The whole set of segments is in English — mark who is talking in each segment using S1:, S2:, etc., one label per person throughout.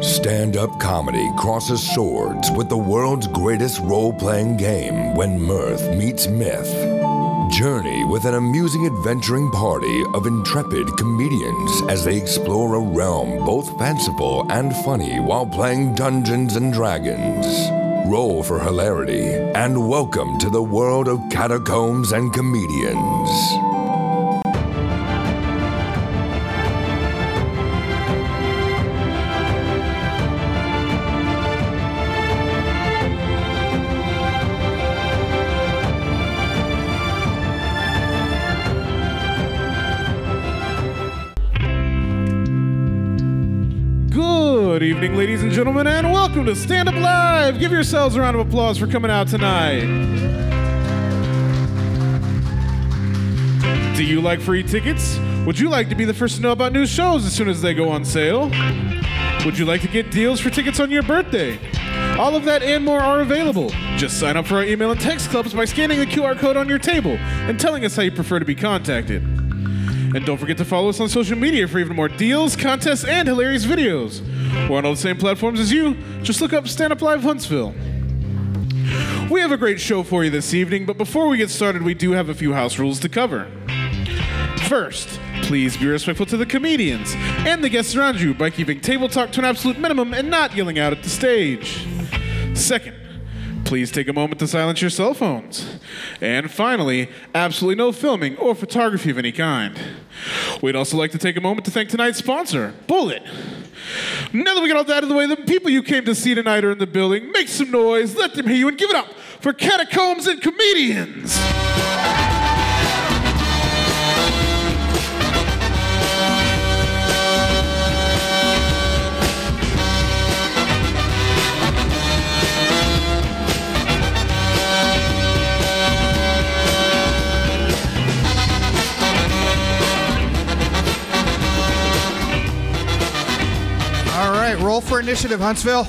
S1: Stand up comedy crosses swords with the world's greatest role playing game when mirth meets myth. Journey with an amusing adventuring party of intrepid comedians as they explore a realm both fanciful and funny while playing Dungeons and Dragons. Roll for hilarity and welcome to the world of catacombs and comedians.
S2: Good evening, ladies and gentlemen, and welcome to Stand Up Live. Give yourselves a round of applause for coming out tonight. Do you like free tickets? Would you like to be the first to know about new shows as soon as they go on sale? Would you like to get deals for tickets on your birthday? All of that and more are available. Just sign up for our email and text clubs by scanning the QR code on your table and telling us how you prefer to be contacted. And don't forget to follow us on social media for even more deals, contests, and hilarious videos. We're on all the same platforms as you. Just look up Stand Up Live Huntsville. We have a great show for you this evening, but before we get started, we do have a few house rules to cover. First, please be respectful to the comedians and the guests around you by keeping table talk to an absolute minimum and not yelling out at the stage. Second, please take a moment to silence your cell phones. And finally, absolutely no filming or photography of any kind. We'd also like to take a moment to thank tonight's sponsor, Bullet. Now that we got all that out of the way, the people you came to see tonight are in the building. Make some noise, let them hear you, and give it up for Catacombs and Comedians!
S3: All right, roll for initiative, Huntsville.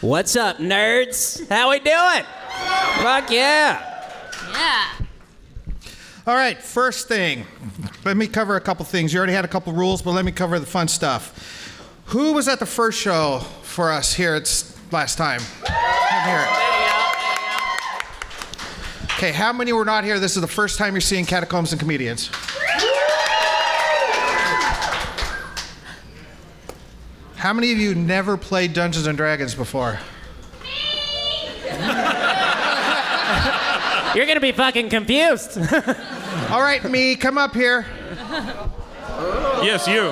S4: What's up, nerds? How we doing? Fuck yeah!
S5: Yeah.
S3: All right, first thing, let me cover a couple things. You already had a couple rules, but let me cover the fun stuff. Who was at the first show for us here at s- last time? Come here. Okay, how many were not here? This is the first time you're seeing catacombs and comedians. How many of you never played Dungeons and Dragons before?
S4: You're gonna be fucking confused.
S3: All right, me, come up here.
S6: Yes, you.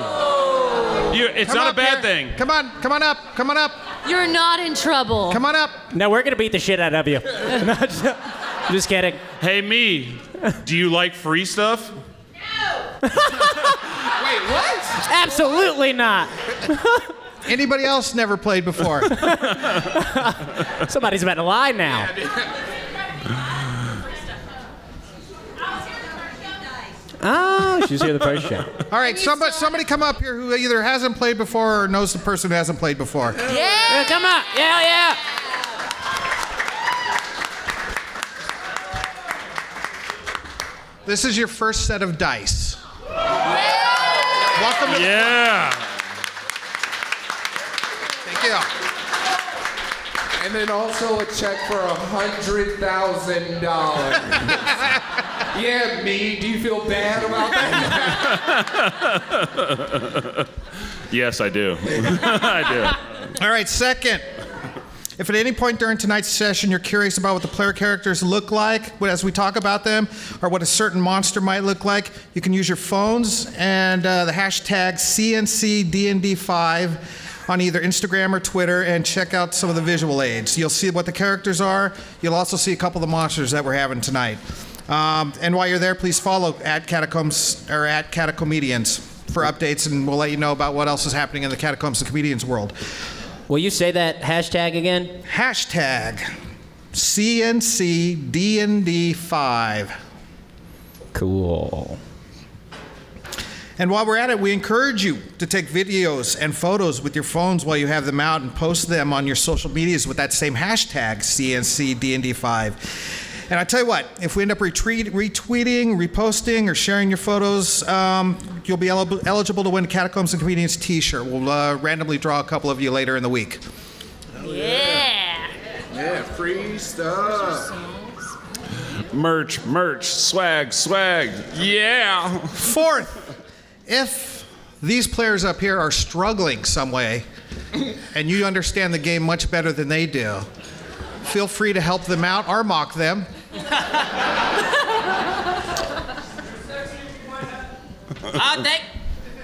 S6: You. It's
S3: Come
S6: not
S3: up
S6: a bad
S3: here.
S6: thing.
S3: Come on, come on up, come on up,
S5: You're not in trouble.
S3: come on up.
S4: no, we're gonna beat the shit out of you. No, just, just kidding.
S6: Hey, me. Do you like free stuff?
S4: Absolutely not.
S3: Anybody else never played before?
S4: Somebody's about to lie now. Oh, she was here the first show.
S3: All right, somebody, somebody come up here who either hasn't played before or knows the person who hasn't played before.
S5: Yeah.
S4: Come on, yeah, yeah.
S3: This is your first set of dice. Welcome to
S6: Yeah.
S3: Thank you.
S7: And then also a check for a hundred thousand dollars. yeah, me. Do you feel bad about that?
S6: Yes, I do. I
S3: All right, second. If at any point during tonight's session you're curious about what the player characters look like as we talk about them, or what a certain monster might look like, you can use your phones and uh, the hashtag CNCDND5 on either Instagram or Twitter and check out some of the visual aids. You'll see what the characters are. You'll also see a couple of the monsters that we're having tonight. Um, and while you're there, please follow at Catacombs or at Catacomedians for updates, and we'll let you know about what else is happening in the Catacombs and Comedians world
S4: Will you say that hashtag again?
S3: hashtag CNCDND5.
S4: Cool.
S3: And while we're at it, we encourage you to take videos and photos with your phones while you have them out and post them on your social medias with that same hashtag CNCDND5. And I tell you what, if we end up retweet, retweeting, reposting, or sharing your photos, um, you'll be el- eligible to win a Catacombs and Comedians T-shirt. We'll uh, randomly draw a couple of you later in the week.
S5: Yeah.
S7: Yeah, free stuff.
S8: Merch, merch, swag, swag. Yeah.
S3: Fourth, if these players up here are struggling some way, and you understand the game much better than they do, feel free to help them out or mock them.
S4: Uh, thank,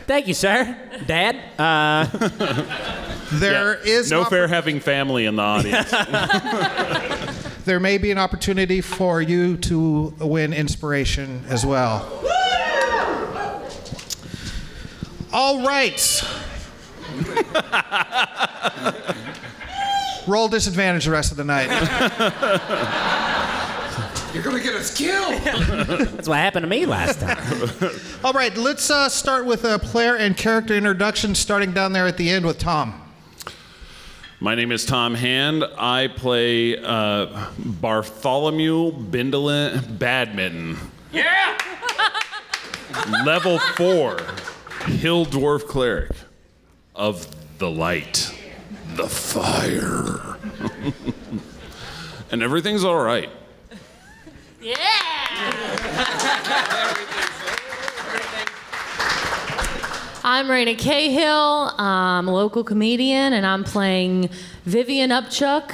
S4: thank you, sir. Dad? Uh,
S3: There is
S8: no
S3: an oppor-
S8: fair having family in the audience.
S3: There may be an opportunity for you to win inspiration as well. All right. Roll disadvantage the rest of the night.
S7: You're gonna get us killed.
S4: that's what happened to me last time.
S3: All right, let's uh, start with a player and character introduction, starting down there at the end with Tom.
S8: My name is Tom Hand. I play uh, Bartholomew Bindolin Badminton. Yeah. Level four, Hill Dwarf Cleric of the Light, the Fire, and everything's all right.
S5: Yeah. I'm Raina Cahill. I'm a local comedian, and I'm playing Vivian Upchuck.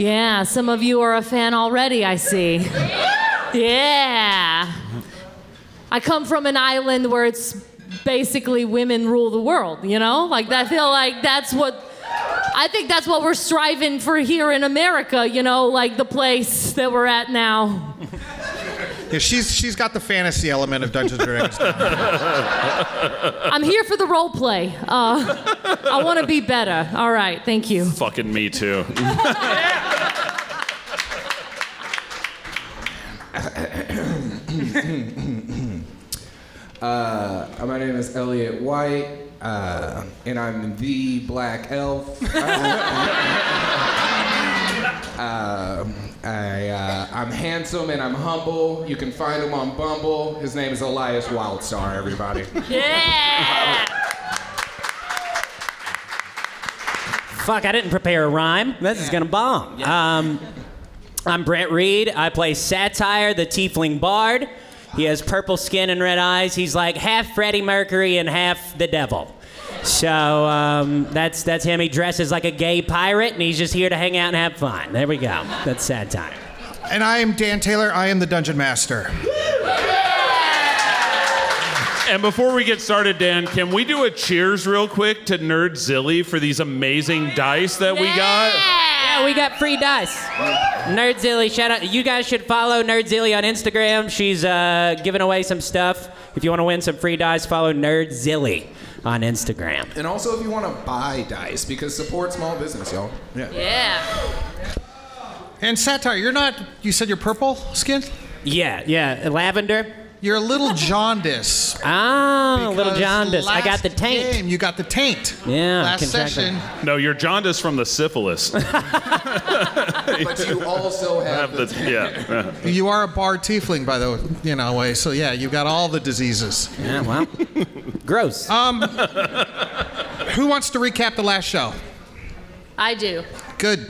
S5: Yeah, some of you are a fan already, I see. Yeah. I come from an island where it's basically women rule the world, you know? Like, I feel like that's what, I think that's what we're striving for here in America, you know? Like, the place that we're at now.
S3: Yeah, she's she's got the fantasy element of Dungeons and Dragons.
S5: I'm here for the role play. Uh, I want to be better. All right, thank you.
S8: Fucking me too.
S7: Uh, my name is Elliot White, uh, and I'm the Black Elf. Uh, I, uh, I'm handsome and I'm humble. You can find him on Bumble. His name is Elias Wildstar, everybody.
S5: Yeah!
S4: Fuck, I didn't prepare a rhyme. This is going to bomb. Um, I'm Brent Reed. I play Satire, the tiefling bard. He has purple skin and red eyes. He's like half Freddie Mercury and half the devil. So um, that's, that's him. He dresses like a gay pirate, and he's just here to hang out and have fun. There we go. That's Satire.
S3: and I am Dan Taylor. I am the Dungeon Master.
S8: And before we get started, Dan, can we do a cheers real quick to Nerd Zilly for these amazing dice that we got?
S4: Yeah, Oh, we got free dice. Nerdzilly, shout out. You guys should follow Nerdzilly on Instagram. She's uh, giving away some stuff. If you want to win some free dice, follow Nerdzilly on Instagram.
S7: and also, if you want to buy dice, because support small business, y'all. Yeah.
S5: Yeah.
S3: And satire, you're not. You said you're purple skin.
S4: Yeah, yeah. Lavender.
S3: You're a little jaundice.
S4: Ah, little
S3: because
S4: jaundice. I got
S3: last
S4: the taint.
S3: game you got the taint.
S4: Yeah,
S3: Last
S4: contracted.
S3: session.
S8: No, you're jaundice from the syphilis.
S7: But you also have,
S8: Have
S7: the.
S8: the- yeah.
S3: You are a bar tiefling, by the you know way. So yeah, you got all the diseases.
S4: Yeah, well. Gross.
S3: Who wants to recap the last show?
S5: I do.
S3: Good.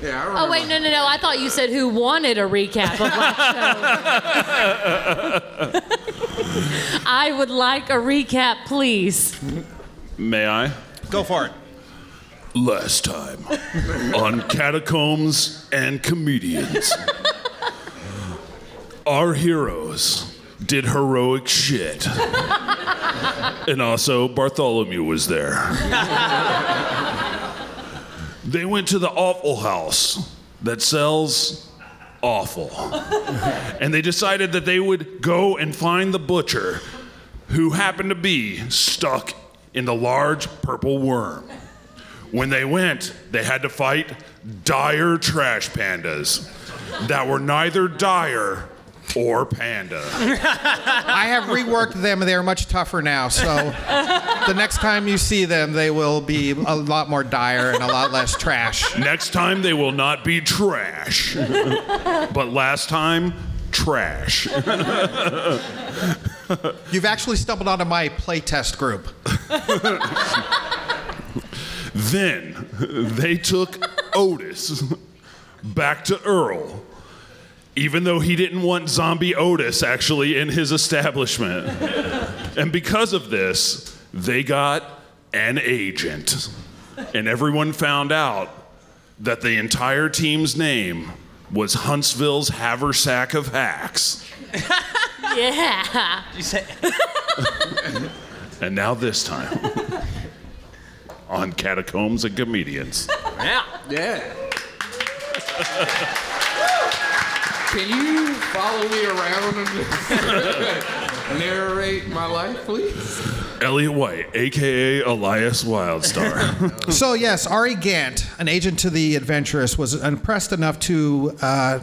S7: yeah, I remember.
S5: Oh, wait, no, no, no. I thought you said who wanted a recap of last show. I would like a recap, please.
S8: May I?
S3: Go for it.
S8: Last time on Catacombs and Comedians, our heroes did heroic shit. and also, Bartholomew was there. they went to the awful house that sells awful. and they decided that they would go and find the butcher who happened to be stuck in the large purple worm. When they went, they had to fight dire trash pandas that were neither dire or Panda.
S3: I have reworked them and they are much tougher now. So the next time you see them, they will be a lot more dire and a lot less trash.
S8: Next time they will not be trash. but last time, trash.
S3: You've actually stumbled onto my playtest group.
S8: Then they took Otis back to Earl, even though he didn't want zombie Otis actually in his establishment. and because of this, they got an agent. And everyone found out that the entire team's name was Huntsville's Haversack of Hacks.
S5: Yeah.
S8: And now, this time, on Catacombs and Comedians.
S4: Yeah.
S7: Yeah. Can you follow me around and narrate my life, please?
S8: Elliot White, aka Elias Wildstar.
S3: So, yes, Ari Gant, an agent to the adventurous, was impressed enough to uh,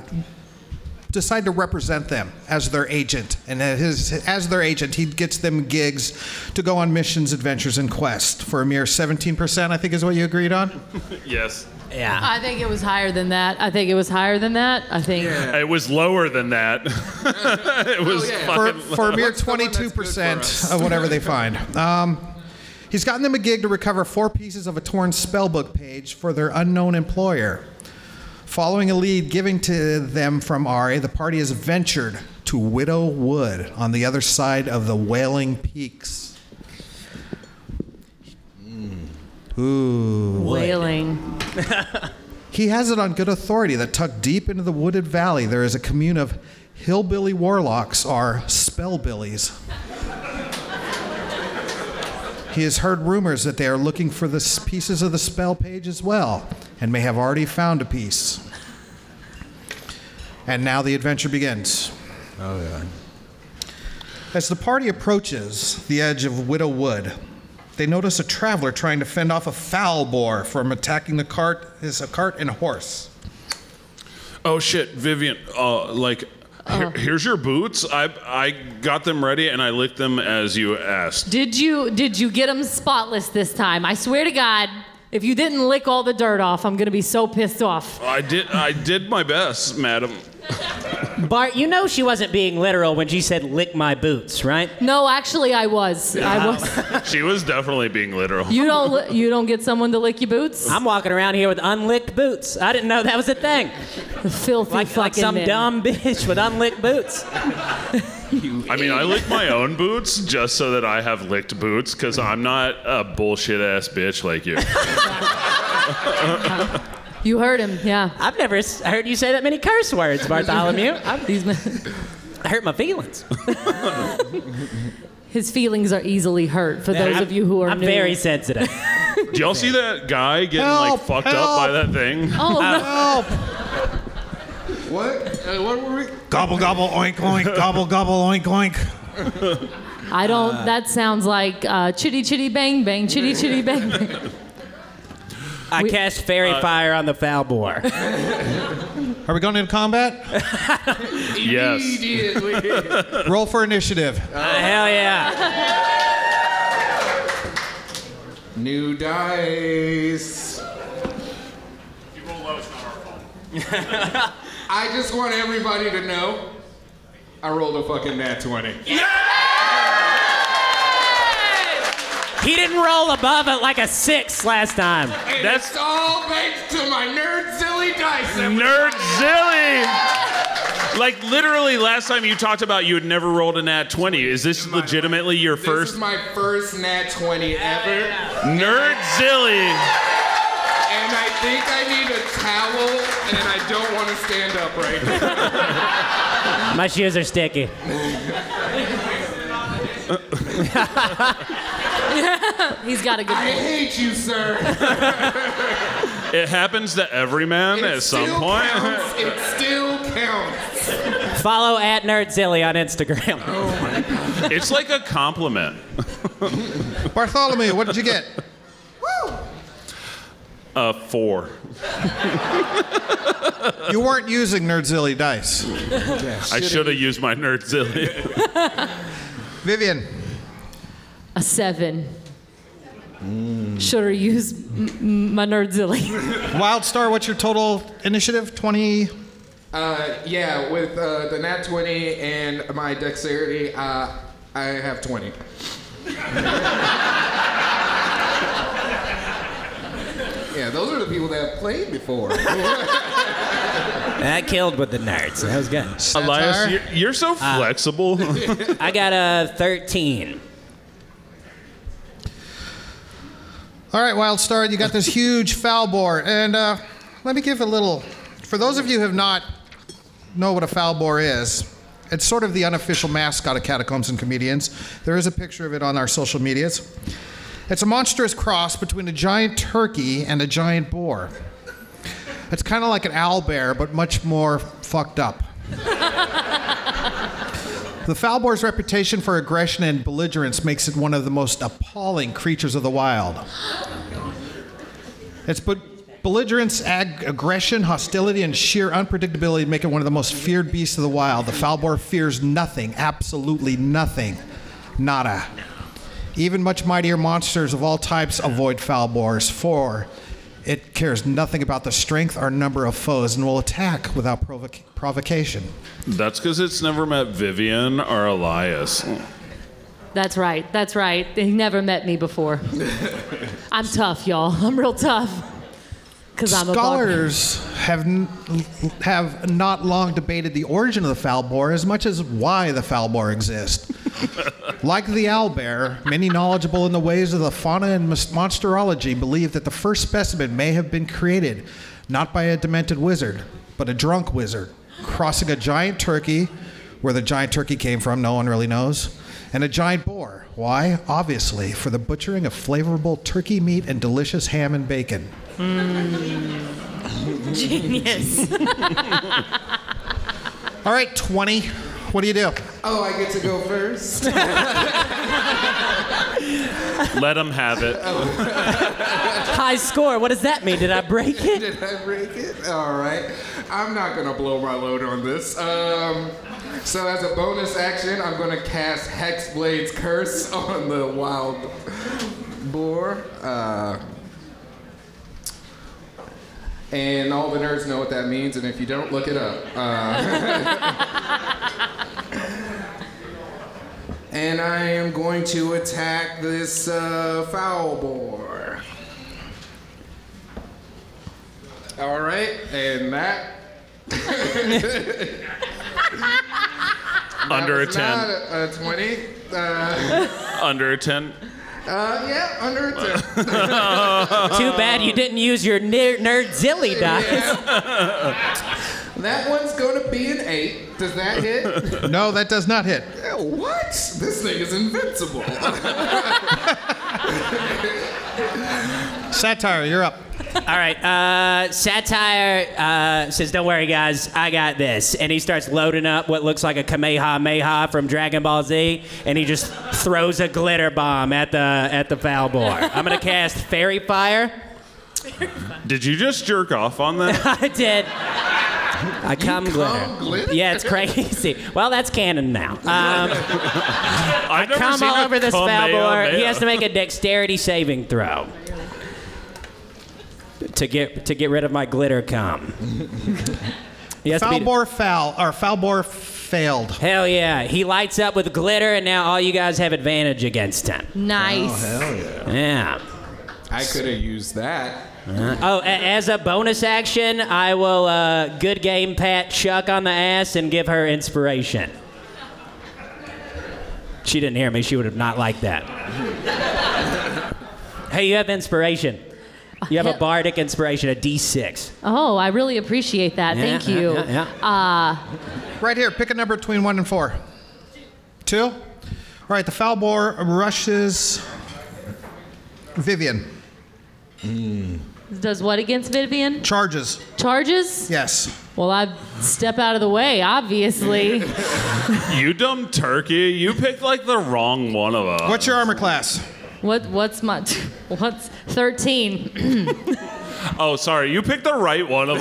S3: decide to represent them as their agent. And as his, as their agent, he gets them gigs to go on missions, adventures, and quests for a mere 17%, I think is what you agreed on.
S8: yes.
S4: Yeah.
S5: I think it was higher than that. I think it was higher than that. I think.
S8: It was lower than that. it was
S7: yeah.
S3: Oh, for,
S8: fucking.
S3: for a mere
S7: What's the one that's good for us?
S3: 22% of whatever they find. Um, he's gotten them a gig to recover four pieces of a torn spellbook page for their unknown employer. Following a lead given to them from Ari, the party has ventured to Widow Wood on the other side of the Wailing Peaks. Ooh.
S5: Wailing.
S3: He has it on good authority that tucked deep into the wooded valley there is a commune of hillbilly warlocks or spellbillies. he has heard rumors that they are looking for the s- pieces of the spell page as well and may have already found a piece. And now the adventure begins.
S9: Oh yeah.
S3: As the party approaches the edge of Widow Wood, they notice a traveler trying to fend off a foul boar from attacking the cart, his cart and horse.
S8: Oh shit, Vivian. Uh, like,
S3: Uh-huh.
S8: here- here's your boots. I I got them ready and I licked them as you asked.
S5: Did you did you get him spotless this time? I swear to God, if you didn't lick all the dirt off, I'm gonna be so pissed off.
S8: I did. I did my best, madam.
S4: Bart, you know she wasn't being literal when she said lick my boots, right?
S5: No, actually, I was. I was.
S8: She was definitely being literal.
S5: You don't li- you don't get someone to lick your boots.
S4: I'm walking around here with unlicked boots. I didn't know that was a thing.
S5: Filthy
S4: Like,
S5: fucking
S4: like some
S5: men.
S4: dumb bitch with unlicked boots.
S8: I mean, I lick my own boots just so that I have licked boots because I'm not a bullshit ass bitch like you.
S5: You heard him, yeah.
S4: I've never s- heard you say that many curse words, Bartholomew. I
S5: These men,
S4: hurt my feelings.
S5: his feelings are easily hurt. For those
S4: I'm-
S5: of you who are
S4: I'm
S5: new.
S4: very sensitive.
S8: Do y'all see that guy getting like
S3: Help,
S8: fucked up
S3: help.
S8: by that thing?
S5: Oh no.
S3: Help!
S7: What? Uh, what were we?
S9: Gobble gobble oink oink gobble gobble oink oink.
S5: I don't. that sounds like uh, chitty chitty bang bang, chitty chitty bang bang.
S4: I cast fairy fire on the foul boar.
S3: Are we going into combat?
S7: We
S8: Yes.
S7: did. We did.
S3: Roll for initiative.
S4: Uh, hell yeah.
S7: New dice. I just want everybody to know I rolled a fucking nat 20.
S4: He didn't roll above it like a six last time.
S7: And
S8: That's-
S7: it's all thanks to my nerd silly dice. that we-
S8: Nerdzilly! Like literally, last time you talked about you had never rolled a nat twenty. Is this legitimately your
S7: This
S8: first
S7: is my first nat 20 ever.
S8: Nerdzilly?
S7: And I think I need a towel, and I don't want to stand up right now.
S4: My shoes are sticky.
S5: He's got a good
S7: I
S5: point.
S7: hate you, sir.
S8: It happens to every man
S7: It
S8: at some
S7: still
S8: point.
S7: Counts. It still counts.
S4: Follow at Nerdzilly on Instagram.
S8: it's like a compliment.
S3: Bartholomew, what did you get?
S6: Uh, four.
S3: You weren't using Nerdzilly dice.
S6: I should have used my Nerdzilla.
S3: Vivian,
S5: A seven.
S4: Mm.
S5: Should have used m- m- my nerdzilly.
S3: Wildstar, what's your total initiative? 20.
S7: Uh, yeah, with uh, the nat 20 and my dexterity, uh, I have 20. yeah, those are the people that have played before.
S4: That killed with the nerds. That was good.
S6: Elias,
S3: Satire?
S6: you're, you're so flexible.
S4: I got a 13.
S3: All right, Wildstar, you got this huge foul bore. And uh, let me give a little. For those of you who have not know what a foul bore is, it's sort of the unofficial mascot of Catacombs and Comedians. There is a picture of it on our social medias. It's a monstrous cross between a giant turkey and a giant boar. It's kind of like an owl bear, but much more fucked up. The Falbor's reputation for aggression and belligerence makes it one of the most appalling creatures of the wild. It's but belligerence, ag- aggression, hostility, and sheer unpredictability make it one of the most feared beasts of the wild. The Falbor fears nothing, absolutely nothing, nada. Even much mightier monsters of all types avoid Falbors, for it cares nothing about the strength or number of foes and will attack without provoca- provocation.
S6: That's because it's never met Vivian or Elias.
S5: That's right. That's right. They never met me before. I'm tough, y'all. I'm real tough. Cause I'm a
S3: Scholars have n- have not long debated the origin of the foul boar as much as why the foul boar exists. like the owl bear, many knowledgeable in the ways of the fauna and mos- monsterology believe that the first specimen may have been created not by a demented wizard, but a drunk wizard crossing a giant turkey, where the giant turkey came from, no one really knows, and a giant boar. Why? Obviously, for the butchering of flavorful turkey meat and delicious ham and bacon.
S5: buck. genius.
S3: All right, 20. What do you do?
S7: oh, I get to go first?
S6: Let him have it.
S4: High score. What does that mean? Did I break it?
S7: Did I break it? All right. I'm not going to blow my load on this. Um, so, as a bonus action, I'm going to cast Hexblade's Curse on the wild boar. Uh, and all the nerds know what that means, and if you don't, look it up. Uh, and I am going to attack this uh, foul boar. All right, and that
S6: Under a
S7: was not
S6: 10.
S7: a, a twenty. Uh,
S6: Under a 10.
S7: uh, yeah, under a ten.
S4: Too bad you didn't use your ner- nerdzilly dice.
S7: that one's gonna be an eight. Does that hit?
S3: No, that does not hit.
S7: Yeah, what? This thing is invincible.
S3: Satire, you're up.
S4: All right. Uh, satire uh, says, "Don't worry, guys, I got this." And he starts loading up what looks like a Kamehameha from Dragon Ball Z, and he just throws a glitter bomb at the at the foul boy. I'm gonna cast Fairy Fire.
S6: Did you just jerk off on that?
S4: I did. I come glitter.
S7: glitter?
S4: Yeah, it's crazy. Well, that's canon now. Um,
S6: I've never
S4: come
S6: seen
S4: all
S6: a
S4: over this foul
S6: Kamehameha.
S4: boy. He has to make a dexterity saving throw. To get to get rid of my glitter cum. He has to beat-
S3: Falbor foul, or Falbor failed.
S4: Hell yeah. He lights up with glitter, and now all you guys have advantage against him.
S5: Nice.
S4: Oh, Yeah.
S7: I could have used that.
S4: Oh, a- as a bonus action, I will uh, good game pat Chuck on the ass and give her inspiration. She didn't hear me. She would have not liked that. hey, you have inspiration. You have a
S5: Yeah.
S4: bardic inspiration, a d6.
S5: Oh, I really appreciate that.
S4: Yeah,
S5: Thank
S4: yeah,
S5: you.
S4: yeah, yeah.
S3: Right here, pick a number between one and four. Two? All right, the Falbor rushes Vivian.
S5: Does what against Vivian?
S3: Charges.
S5: Charges?
S3: Yes.
S5: Well, I step out of the way, obviously.
S6: You dumb turkey. You picked like the wrong one of us.
S3: What's your armor class?
S5: what? What's my? What's 13?
S8: Oh, sorry. You picked the right one of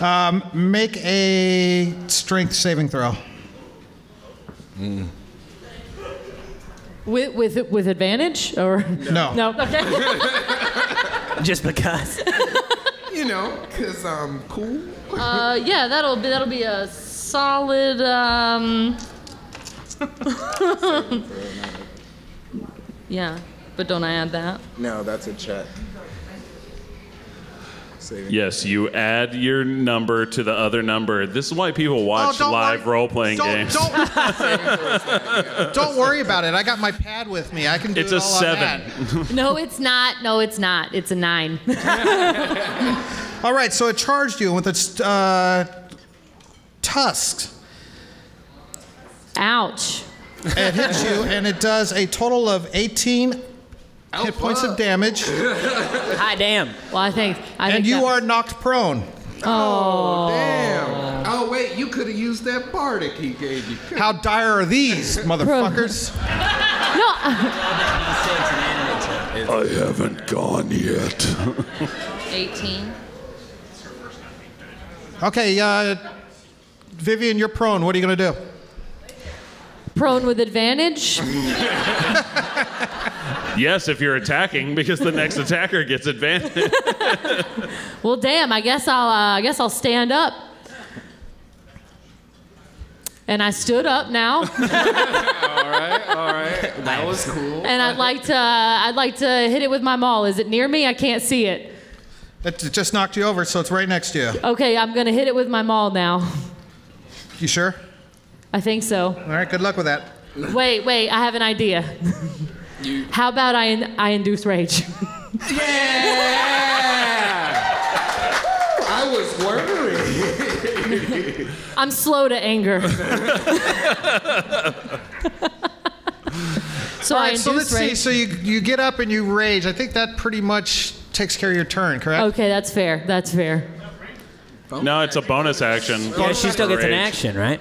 S8: them.
S3: Make a strength saving throw.
S5: With with with advantage or
S3: No.
S5: no? Okay.
S4: Just because.
S7: You know, because I'm cool.
S5: uh, yeah, that'll be that'll be a solid. Um... yeah, but don't I add that?
S7: No, that's a check. Saving.
S8: yes, you add your number to the other number. This is why people watch live role playing
S3: Oh, don't,
S8: games.
S3: Don't, don't worry about it. I got my pad with me. I can do
S8: It's
S3: it
S8: a
S3: all on
S8: seven.
S3: that.
S5: No, it's not. No, it's not. It's a nine.
S3: All right, so it charged you with its uh, tusks.
S5: Ouch.
S3: It hits you, and it does a total of 18 hit points of damage,
S4: Hi, damn.
S5: Well, I think. I
S3: and
S5: think
S3: you
S5: that-
S3: are knocked prone.
S7: Oh, damn. Oh, wait, you could have used that bardic he gave you.
S3: How dire are these, motherfuckers?
S5: No.
S8: I haven't gone yet.
S5: 18.
S3: Okay, uh, Vivian, you're prone. What are you going to do?
S5: Prone with advantage.
S8: yes, if you're attacking, because the next attacker gets advantage.
S5: Well, damn. I guess I'll. Uh, I guess I'll stand up. And I stood up now,
S7: All right, that was cool.
S5: and I'd like to. uh, I'd like to hit it with my maul. Is it near me? I can't see it.
S3: It it just knocked you over, so it's right next to you.
S5: Okay, I'm gonna hit it with my maul now.
S3: You sure?
S5: I think so.
S3: All right, good luck with that.
S5: Wait, wait. I have an idea. How about I I induce rage?
S7: Yeah! I was worried.
S5: I'm slow to anger. so
S3: All
S5: I
S3: right,
S5: induce
S3: so let's see.
S5: rage.
S3: So you, you get up and you rage. I think that pretty much takes care of your turn, correct?
S5: Okay, that's fair. That's fair.
S8: no, it's a bonus action.
S4: Yeah, she still gets an
S8: Rage.
S4: action, right?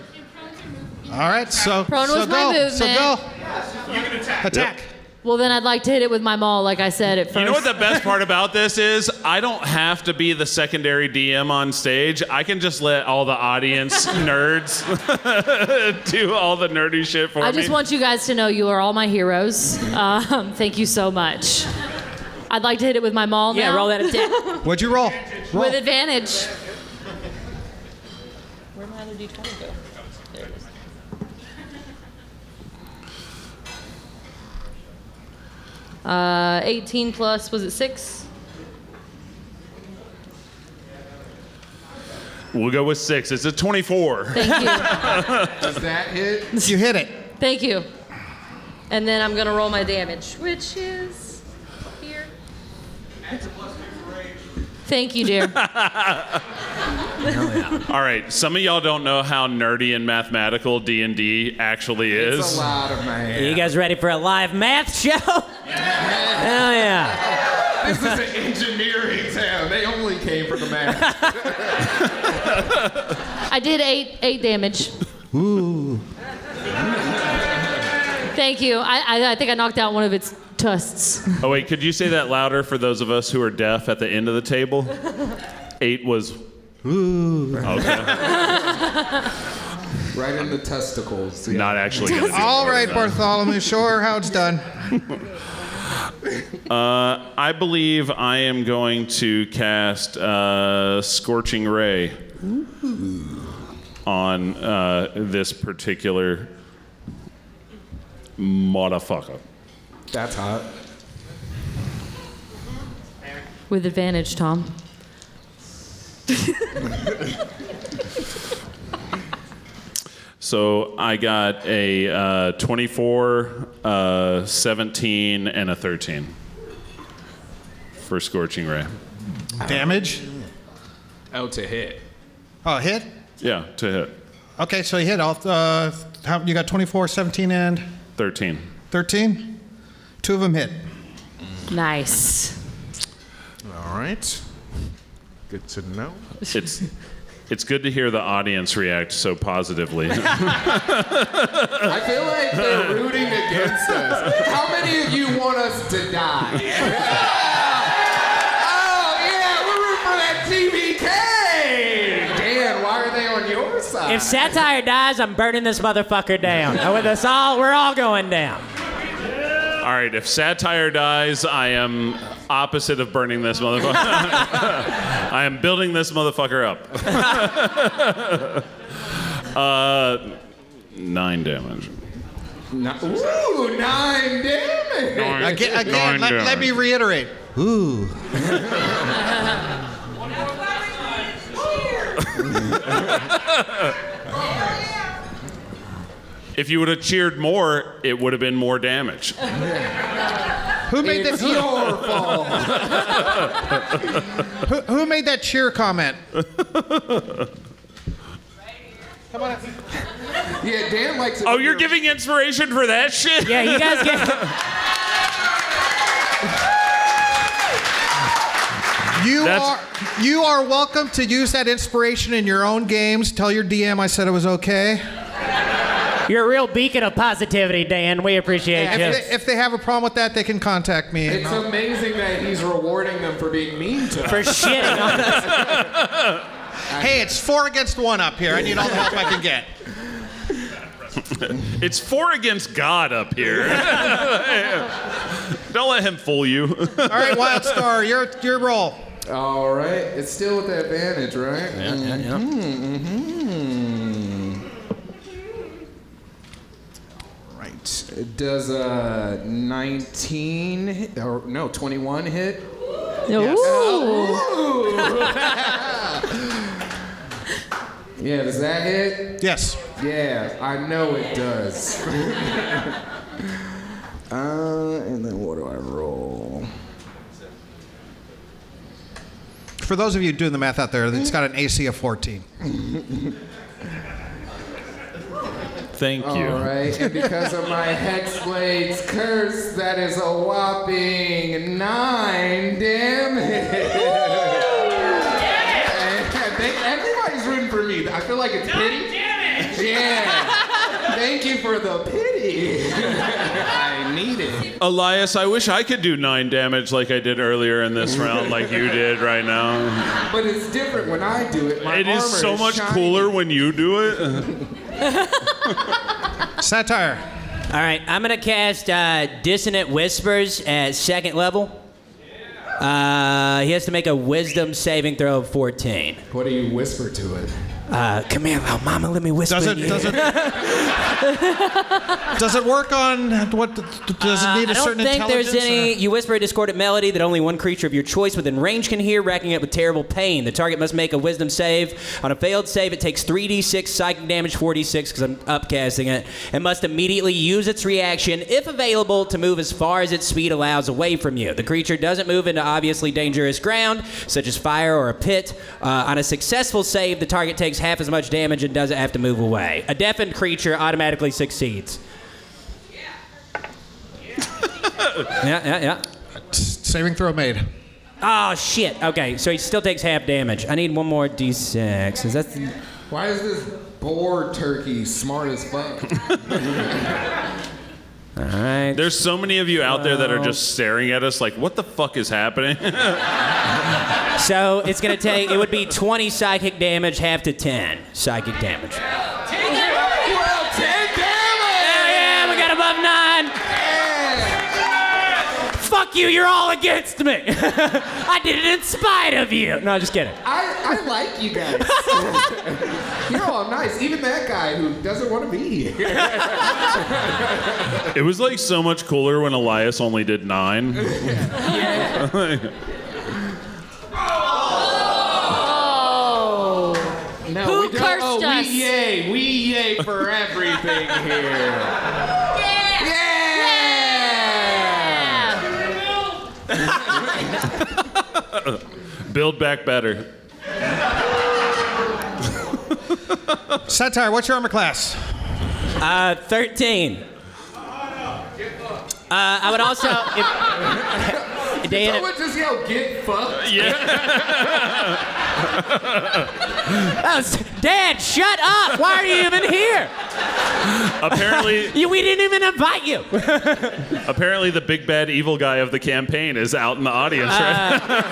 S3: All right, so
S5: Prone
S3: so
S5: was
S3: go.
S5: my
S3: So
S5: movement.
S3: go. Attack.
S5: Well, then I'd like to hit it with my maul, like I said at first.
S8: You know what the best part about this is? I don't have to be the secondary DM on stage. I can just let all the audience nerds do all the nerdy shit for
S5: I
S8: me.
S5: just want you guys to know you are all my heroes. Um, thank you so much. I'd like to hit it with my maul
S4: Yeah,
S5: now.
S4: roll that attack.
S3: What'd you roll? roll.
S5: with advantage. Uh, 18 plus, was it six?
S8: we'll go with six. It's a 24.
S5: Thank you.
S7: Does that hit?
S3: You hit it.
S5: Thank you. And then I'm gonna roll my damage, which is here. Thank you, dear.
S8: All right. Some of y'all don't know how nerdy and mathematical D&D actually is.
S7: It's a lot of man.
S4: You guys ready for a live math show? Hell yeah.
S7: This is an engineering town. They only came for the math.
S5: I did eight eight damage. Ooh. Thank you. I, I I think I knocked out one of its tusks.
S8: Oh wait, could you say that louder for those of us who are deaf at the end of the table? Eight was
S7: Right in the testicles. Yeah.
S8: not actually. gonna do
S3: All
S8: it.
S3: right, Bartholomew. Show her how it's done.
S8: I believe I am going to cast uh, Scorching Ray on uh, this particular motherfucker.
S7: That's hot.
S5: With advantage, Tom.
S8: So I got a uh, 24, uh, 17, and a 13 for Scorching Ray.
S3: Damage.
S7: Oh, to hit.
S3: Oh, hit.
S8: Yeah, to hit.
S3: Okay, so you hit. All, uh, how, you got 24, 17, and
S8: 13.
S3: 13. Two of them hit.
S5: Nice.
S10: All right. Good to know.
S8: It's, it's good to hear the audience react so positively.
S7: I feel like they're rooting against us. How many of you want us to die? Oh, on your side.
S11: If satire dies, I'm burning this motherfucker down. And With us all, we're all going down.
S8: All right, if satire dies, I am opposite of burning this motherfucker. I am building this motherfucker up. uh, nine damage.
S7: Ooh, nine damage.
S3: Again, again let, let me reiterate. Ooh.
S8: if you would have cheered more, it would have been more damage.
S3: Who made
S7: It's
S3: that?
S7: your fault.
S3: Who, who made that cheer comment?
S7: Yeah, Dan likes it.
S8: Oh,
S7: when
S8: you're giving inspiration for that shit?
S11: Yeah, you guys get.
S3: You
S8: That's-
S3: are you are welcome to use that inspiration in your own games. Tell your DM I said it was okay.
S11: You're a real beacon of positivity, Dan. We appreciate
S3: If,
S11: you.
S3: they, if they have a problem with that, they can contact me.
S7: It's amazing that he's rewarding them for being mean to
S11: for
S7: us.
S11: shitting on us.
S3: hey, it's four against one up here. I need all the help I can get.
S8: It's four against God up here. Don't let him fool you.
S3: All right, Wildstar, your your roll.
S7: All right, it's still with advantage, right? Mm-hmm,
S12: Right.
S7: Does a 19 hit- or no 21 hit?
S5: Ooh.
S7: Yeah, does that hit?
S3: Yes.
S7: Yeah, I know it does. uh, and then what do I roll?
S3: For those of you doing the math out there, it's got an AC of 14.
S8: Thank you.
S7: All right, and because of my Hexblade's curse, that is a whopping nine damage. And they- Everybody's rooting for me. I feel like it's pity. Yeah. Thank you for the pity. I need it.
S8: Elias, I wish I could do nine damage like I did earlier in this round, like you did right now.
S7: But it's different when I do it. My
S8: It is
S7: armor
S8: so much
S7: shiny.
S8: cooler when you do it.
S3: Satire.
S11: All right, I'm gonna cast uh, Dissonant Whispers at second level. Uh, he has to make a Wisdom saving throw of 14.
S7: What do you whisper to it?
S11: Uh, come here, little mama. Let me whisper.
S3: Does it
S11: in your
S3: does it does it work on what? Does it need a
S11: Uh, I don't
S3: certain
S11: think
S3: intelligence?
S11: there's any.
S3: or-
S11: You whisper a discordant melody that only one creature of your choice within range can hear, racking up with terrible pain. The target must make a Wisdom save. On a failed save, it takes 3d6 psychic damage, 4d6 because I'm upcasting it, and must immediately use its reaction, if available, to move as far as its speed allows away from you. The creature doesn't move into obviously dangerous ground, such as fire or a pit. Uh, on a successful save, the target takes half as much damage and doesn't have to move away. A deafened creature automatically succeeds. Yeah, yeah, yeah.
S3: Saving throw made.
S11: Oh shit. Okay, so he still takes half damage. I need one more d6. Is that the-
S7: Why is this boar turkey smart as fuck?
S11: all right?
S8: There's so many of you out there that are just staring at us like, what the fuck is happening?
S11: So it's gonna take. It would be 20 psychic damage, half to 10 psychic damage.
S7: well, 10
S11: Hell
S7: damage!
S11: yeah, we got above nine. Fuck you. You're all against me. I did it in spite of you. No, just kidding.
S7: I, I like you guys. You're all nice. Even that guy who doesn't want to be here.
S8: it was like so much cooler when Elias only did nine.
S7: No,
S5: Who
S7: we don't-
S5: cursed
S7: oh,
S5: us?
S7: We yay. We yay for everything here. Yeah!
S8: Build back better.
S3: Satire, what's your armor class?
S11: Uh, 13. Uh, I would also. If, Dan,
S7: Someone just yelled, get fucked.
S11: Oh, s- Dad, shut up! Why are you even here?
S8: Apparently,
S11: You- we didn't even invite you.
S8: apparently, the big bad evil guy of the campaign is out in the audience. Right?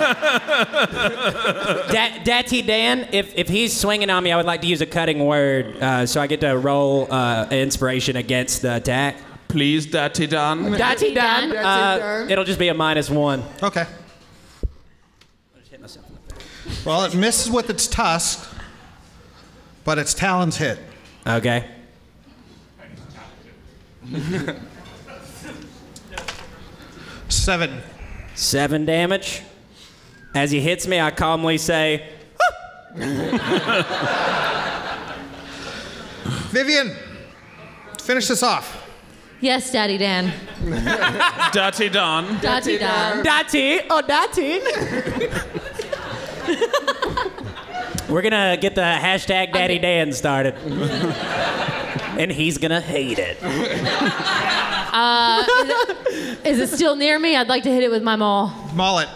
S11: Da- Daddy Dan, if, if he's swinging on me, I would like to use a cutting word, uh, so I get to roll uh, inspiration against the attack.
S13: Please, Daddy Dan.
S11: Daddy Dan,
S7: Daddy
S11: uh,
S7: Dan.
S11: it'll just be a minus one.
S3: Okay. Well, it misses with its tusk, but its talons hit.
S11: Okay.
S3: Seven.
S11: Seven damage. As he hits me, I calmly say,
S3: Vivian, finish this off.
S5: Yes, Daddy Dan.
S13: Daddy Dan.
S5: Daddy Dan.
S11: Dati, oh Dati. We're gonna get the hashtag Daddy Dan started. and he's gonna hate it.
S5: Is it still near me? I'd like to hit it with my maul.
S3: Maul it.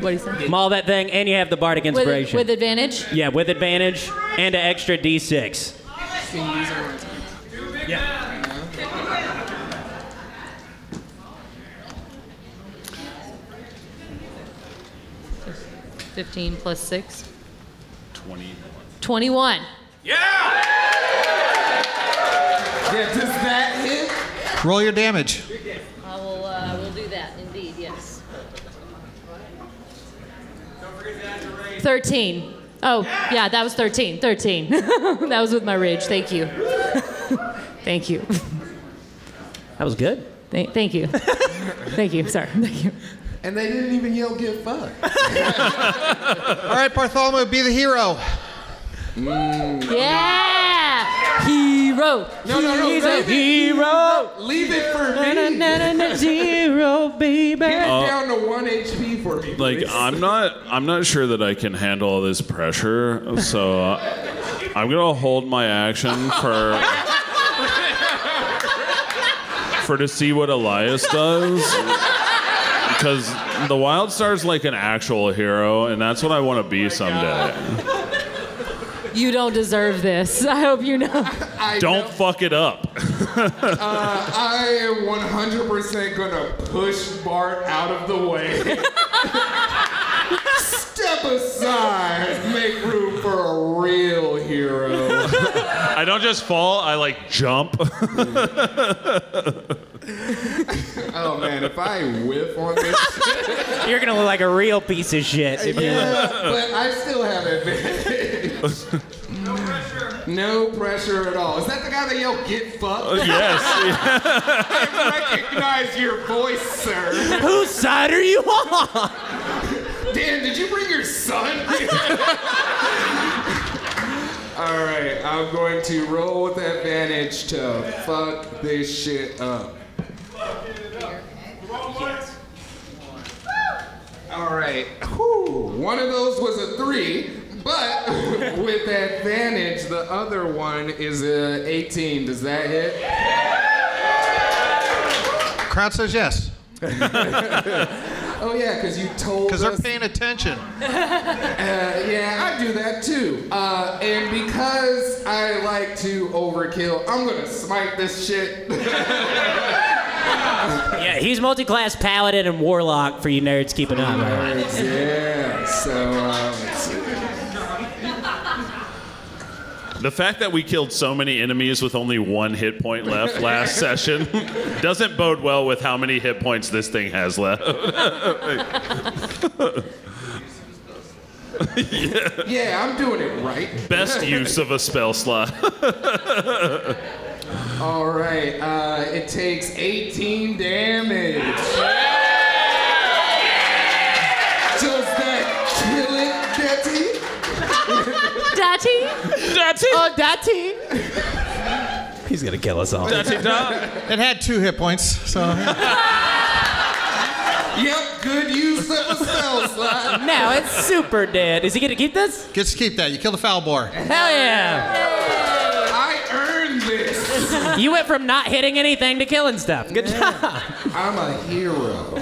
S5: What do you say?
S11: Maul that thing, and you have the Bardic
S5: With,
S11: Inspiration.
S5: with advantage.
S11: yeah, with advantage and an extra d6.
S5: Fifteen plus six. Twenty-one.
S7: Yeah, does that hit?
S3: Roll your damage.
S5: I will. Uh, will do that. Indeed. Yes. Thirteen. Oh, yeah, that was 13. 13. that was with my rage. Thank you. Thank you.
S11: That was good.
S5: Thank, thank you. Thank you. Sorry. Thank you.
S7: And they didn't even yell get fucked.
S3: All right, Bartholomew, be the hero.
S5: Yeah! Hero!
S7: No, no, no,
S5: He's a
S7: leave it.
S11: Hero!
S7: Leave it for me. Uh,
S11: Zero, baby.
S7: Get down to one HP for me.
S8: Like,
S7: please.
S8: I'm not, I'm not sure that I can handle all this pressure, so uh, I'm gonna hold my action for for to see what Elias does. Because the Wild Star's like an actual hero, and that's what I want to be someday.
S5: You don't deserve this. I hope you know.
S8: Don't fuck it up.
S7: I am 100% gonna push Bart out of the way. Step aside, make room for a real hero.
S8: I don't just fall, I like jump.
S7: Oh man, if I whiff on this,
S11: You're gonna look like a real piece of shit. if you-
S7: but I still have advantage. No pressure. No pressure at all. Is that the guy that yelled "Get fucked"?
S8: yes.
S7: I recognize your voice, sir.
S11: Whose side are you on?
S7: Dan, did you bring your son? all right, I'm going to roll with advantage to fuck this shit up. All right. Whew. One of those was a three, but with advantage, the other one is a 18. Does that hit?
S3: Crowd says yes,
S7: Oh yeah, because you told
S3: because they're
S7: us.
S3: paying attention.
S7: Uh, yeah, I do that too. Uh, and because I like to overkill, I'm gonna smite this shit.
S11: Yeah, he's multi-class paladin and warlock for you nerds keeping up.
S7: yeah. So. Um,
S8: The fact that we killed so many enemies with only one hit point left last session doesn't bode well with how many hit points this thing has left.
S7: yeah, I'm doing it right.
S8: Best use of a spell slot.
S7: All right. Uh, it takes 18 damage. Does that kill it, Betty?
S5: Daddy?
S8: That's
S5: Oh, Daddy!
S11: He's gonna kill us all.
S3: It had two hit points, so
S7: Yep. Good use of a spell slot.
S11: Now it's super dead. Is he gonna keep this?
S3: gets to keep that. You killed a foul boar.
S11: Hell yeah!
S7: I earned this.
S11: You went from not hitting anything to killing stuff. Good job.
S7: I'm a hero.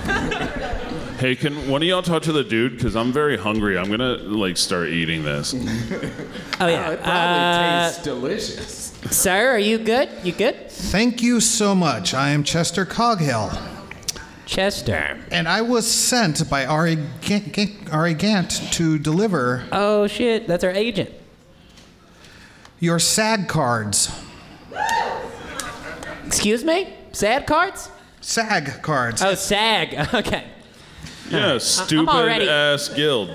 S8: Hey, can one of y'all talk to the dude? Because I'm very hungry. I'm gonna like start eating this.
S4: Oh yeah.
S7: It probably
S4: Uh,
S7: tastes delicious.
S4: sir, are you good? You good?
S3: Thank you so much. I am Chester Coghill.
S4: Chester.
S3: And I was sent by Ari, Ga- Ga- Ari Gant to deliver
S4: Oh shit, that's our agent.
S3: your SAG cards.
S4: Excuse me? Sad cards?
S3: SAG
S11: Uh,
S3: cards.
S4: Oh, SAG. Okay.
S8: Yeah, stupid
S4: already-
S8: ass guild.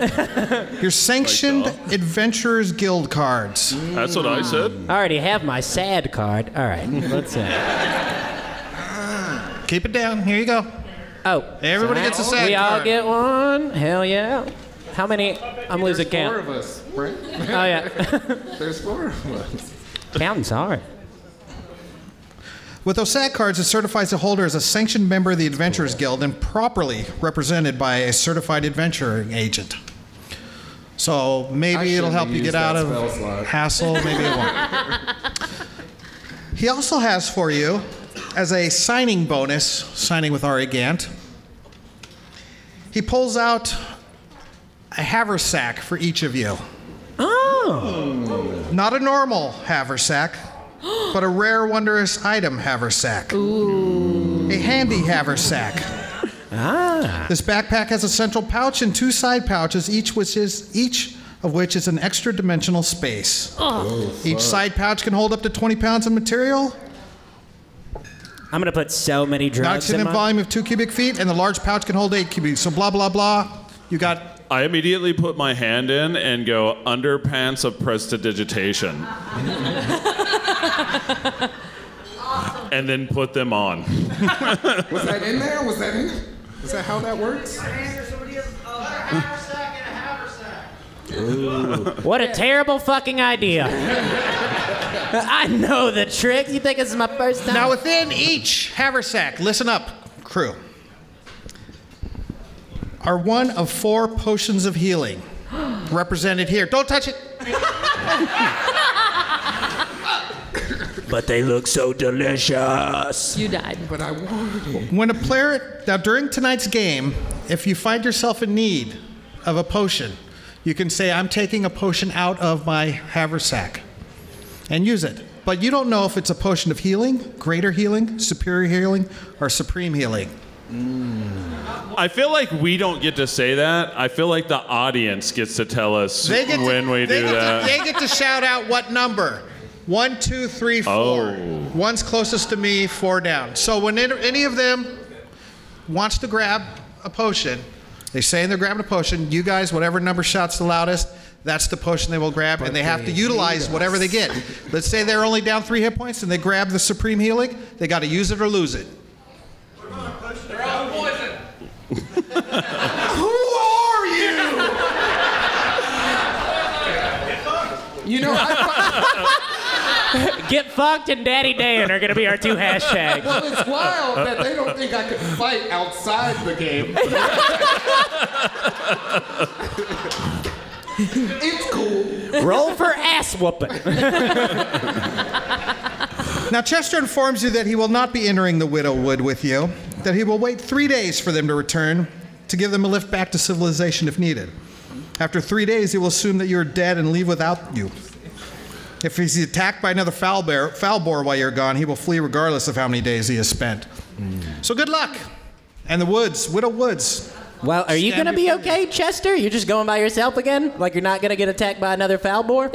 S3: Your Sanctioned Adventurers Guild cards.
S8: That's what I said.
S4: I already have my sad card. All right, let's uh, see.
S3: Keep it down. Here you go.
S4: Oh,
S3: Everybody
S4: so
S3: gets a SAG
S4: We all
S3: card.
S4: get one. Hell yeah. How many? I'm losing
S7: Four
S4: count.
S7: of us, right?
S4: Oh yeah,
S7: There's four of us.
S4: counting's hard.
S3: With those SAG cards, it certifies the holder as a sanctioned member of the Adventurers Guild and properly represented by a certified adventuring agent. So
S7: I
S3: maybe it'll
S7: shouldn't
S3: help
S7: have
S3: you get
S7: used
S3: out
S7: that
S3: of
S7: spell slot.
S3: hassle. Maybe it won't. he also has for you, as a signing bonus, signing with Ari Gant, he pulls out a haversack for each of you.
S4: Oh,
S3: Not a normal haversack, but a rare, wondrous item haversack. Ooh. A handy haversack. Ah. This backpack has a central pouch and two side pouches, each which is each of which is an extra dimensional space. each side pouch can hold up to 20 pounds of material,
S4: I'm gonna put so many
S3: an
S4: drugs in
S3: accident
S4: my.
S3: volume of 2 cubic feet, and the large pouch can hold 8 cubic. So blah blah blah. You got
S8: I immediately put my hand in and go underpants of prestidigitation. and then put them on.
S7: Was that in there? Was that in there? Is that how that works?
S4: What a terrible fucking idea. I know the trick. You think this is my first time?
S3: Now within each haversack, listen up, crew. Are one of four potions of healing represented here. Don't touch it.
S4: but they look so delicious.
S5: You died.
S7: But I wanted it.
S3: When a player now during tonight's game, if you find yourself in need of a potion, you can say, I'm taking a potion out of my haversack and use it. But you don't know if it's a potion of healing, greater healing, superior healing, or supreme healing.
S8: I feel like we don't get to say that. I feel like the audience gets to tell us
S3: They get to-
S8: when we
S3: they
S8: do
S3: get to-
S8: that.
S3: they get to shout out what number. One, two, three, four.
S8: Oh.
S3: One's closest to me, four down. So when it- any of them wants to grab a potion, they say they're grabbing a potion. You guys, whatever number shouts the loudest, that's the potion they will grab, and they have to utilize whatever they get. Let's say they're only down three hit points, and they grab the supreme healing. They got to use it or lose it.
S7: Who are you? you know, I
S4: Get fucked and Daddy Dan are gonna be our two hashtags.
S7: find it's wild that they don't think I could fight outside the game. it's cool.
S4: Roll for ass whooping.
S3: Now, Chester informs you that he will not be entering the Widowwood with you, that he will wait three days for them to return to give them a lift back to civilization if needed. After three days, he will assume that you are dead and leave without you. If he's attacked by another foul bear, foul boar while you're gone, he will flee regardless of how many days he has spent. So good luck. And the woods, Widow Woods.
S4: Well, are you
S3: Stand
S4: gonna be
S3: before
S4: okay, Chester? You're just going by yourself again? Like you're not gonna get attacked by another foul boar?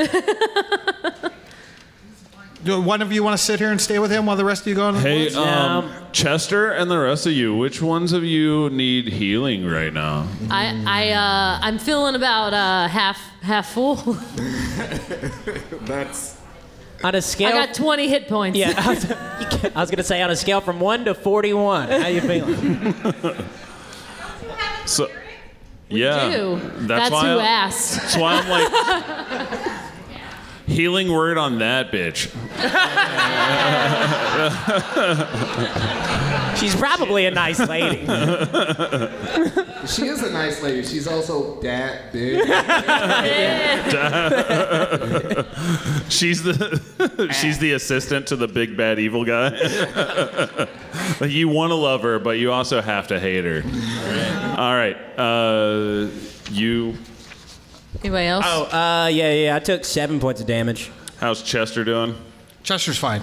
S3: Do one of you want to sit here and stay with him while the rest of you go on the
S8: Hey,
S3: woods?
S8: um, Chester and the rest of you, which ones of you need healing right now?
S5: I, I, uh, I'm feeling about uh, half, half full.
S7: That's
S4: On a
S5: I
S4: scale.
S5: got 20 hit points.
S4: yeah, I was, I was gonna say on a scale from one to forty-one. How you feeling?
S8: So, yeah,
S5: Ew.
S8: that's,
S5: That's,
S8: why
S5: who
S8: I-
S5: asked.
S8: That's why I'm like healing word on that bitch.
S4: She's probably a nice lady.
S7: she is a nice lady. She's also that big.
S8: She's the she's the assistant to the big bad evil guy. like you want to love her, but you also have to hate her. All right. Uh, you.
S5: Anybody else?
S4: Oh, uh, yeah, yeah. I took seven points of damage.
S8: How's Chester doing?
S3: Chester's fine.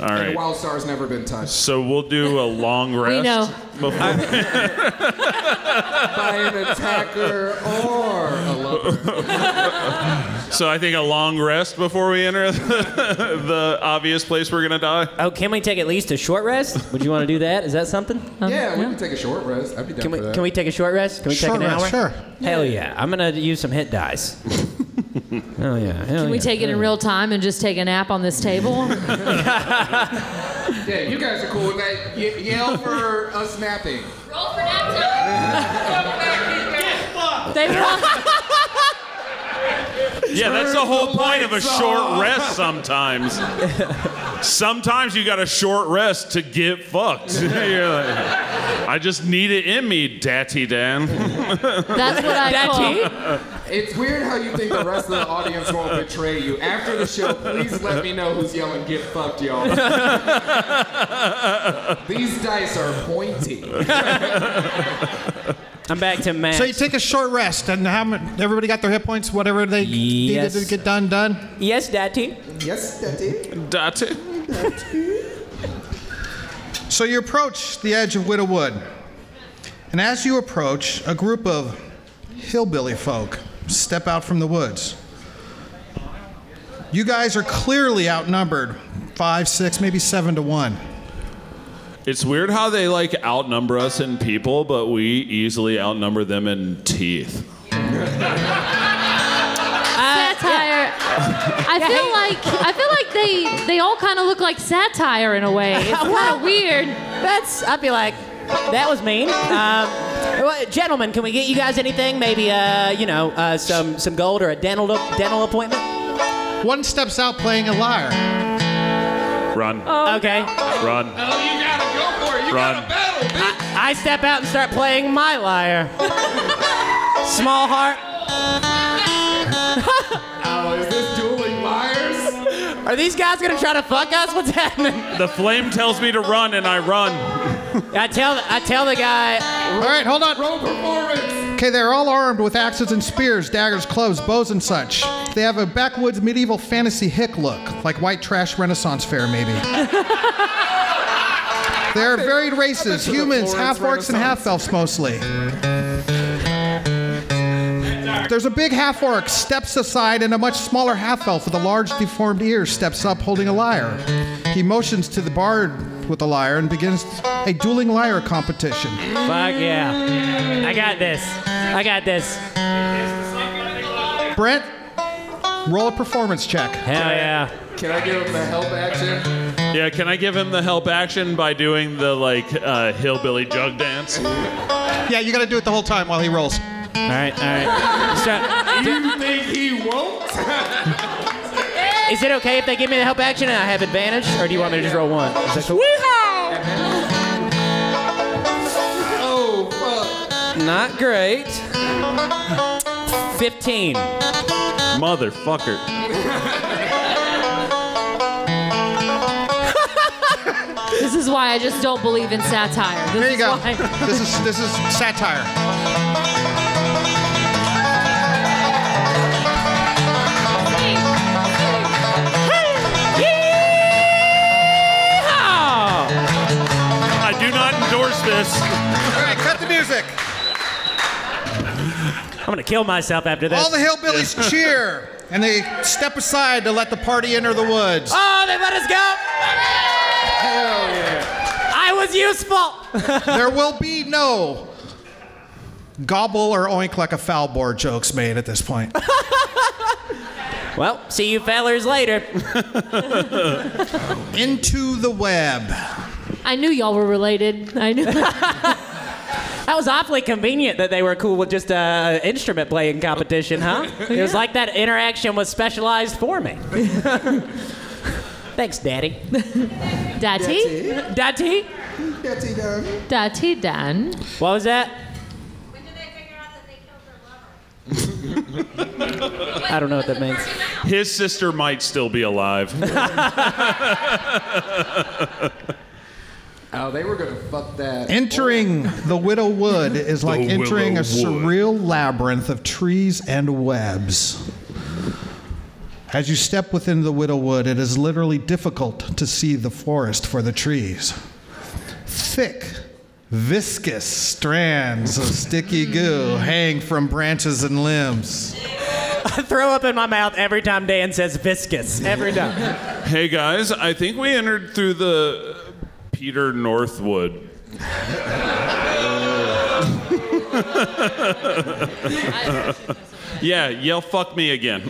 S8: All right.
S7: And Wild Star's never been touched.
S8: So we'll do a long rest.
S7: know.
S8: Before,
S7: By an attacker or a lover.
S8: so I think a long rest before we enter the, the obvious place we're gonna die.
S4: Oh, can we take at least a short rest? Would you want to do that? Is that something?
S5: um,
S7: yeah, we can take a short rest. I'd be down
S4: Can we,
S7: for that.
S4: can we take a short rest? Can we
S7: Short
S4: take an
S7: rest,
S4: hour?
S7: sure.
S4: Hell yeah. I'm going to use some hit dice. Hell yeah. Hell
S5: Can
S4: Oh, yeah.
S5: we take it in real time and just take a nap on this table?
S7: Yeah, you guys are cool with that. Ye- yell for us napping.
S5: Roll for nap time. they
S8: Yeah, that's the
S7: Turn
S8: whole
S7: the
S8: point of a
S7: lights
S8: short
S7: off.
S8: rest sometimes. sometimes you got a short rest to get fucked. You're like, I just need it in me, Datty Dan.
S5: That's what I
S8: Datty?
S7: It's weird how you think the rest of the audience won't betray you. After the show, please let me know who's yelling, get fucked, y'all. These dice are pointy.
S4: I'm back to Matt.
S3: So you take a short rest, and how many, everybody got their hit points, whatever they
S4: Yes.
S3: needed to get done, done.
S4: Yes, Daddy.
S7: Yes, Daddy.
S8: Datty.
S3: So you approach the edge of Widow Wood, and as you approach, a group of hillbilly folk step out from the woods. You guys are clearly outnumbered, five, six, maybe seven to one.
S8: It's weird how they like outnumber us in people, but we easily outnumber them in teeth.
S5: satire. I feel like I feel like they they all kind of look like satire in a way. It's kind of weird.
S4: That's I'd be like, that was mean. Um, well, gentlemen, can we get you guys anything? Maybe, uh, you know, uh, some, some gold or a dental, dental appointment?
S3: One steps out playing a liar.
S8: Run.
S4: okay.
S8: Run.
S7: Oh, you gotta go for it. You
S8: Run.
S4: I step out and start playing my liar. Small heart.
S7: oh, is this dueling liars?
S4: Are these guys gonna try to fuck us? What's happening?
S8: The flame tells me to run, and I run.
S4: I tell I tell the guy.
S3: All right, hold on.
S7: Roll performance.
S3: Okay, they're all armed with axes and spears, daggers, clubs, bows, and such. They have a backwoods medieval fantasy hick look, like white trash Renaissance fair, maybe. there are varied races humans, half orcs, and half elves mostly. There's a big half orc steps aside, and a much smaller half elf with a large deformed ear steps up holding a lyre. He motions to the bard with the lyre and begins a dueling lyre competition.
S4: Fuck yeah! I got this. I got this.
S3: Brent, roll a performance check.
S4: Hell yeah!
S7: Can I give him the help action?
S8: Yeah, can I give him the help action by doing the like uh, hillbilly jug dance?
S3: Yeah, you got to do it the whole time while he rolls.
S4: All right, all right.
S7: You think he won't?
S4: is it okay if they give me the help action and I have advantage, or do you want me to just roll one? Is that cool?
S7: oh, fuck.
S4: Not great. Fifteen.
S8: Motherfucker.
S5: This is why I just don't believe in satire. This
S3: There you
S5: is
S3: go.
S5: why-
S3: This is this is satire.
S8: I do not endorse this.
S3: All right, cut the music.
S4: I'm gonna kill myself after this.
S3: All the hillbillies cheer, and they step aside to let the party enter the woods.
S4: Oh, they let us go.
S7: Hell yeah.
S4: I was useful.
S3: there will be no gobble or oink like a foul board jokes made at this point.
S4: Well, see you fellers later.
S3: Into the web.
S5: I knew y'all were related. I knew.
S4: That was awfully convenient that they were cool with just uh, instrument playing competition, huh? It was like that interaction was specialized for me. Thanks, Daddy.
S5: Daddy,
S4: Daddy?
S7: That's he done.
S5: Daddy Dan.
S4: What was that? I don't know what that means.
S8: His sister might still be alive.
S7: Oh, they were gonna fuck that.
S3: Entering the Widow Wood is like
S7: The
S3: entering a
S7: Willow Wood.
S3: surreal labyrinth of trees and webs. As you step within the Widow Wood, it is literally difficult to see the forest for the trees. Thick, viscous strands of sticky goo hang from branches and limbs.
S4: I throw up in my mouth every time Dan says viscous. Every time.
S8: Hey guys, I think we entered through the Peter Northwood. yeah, yell fuck me again.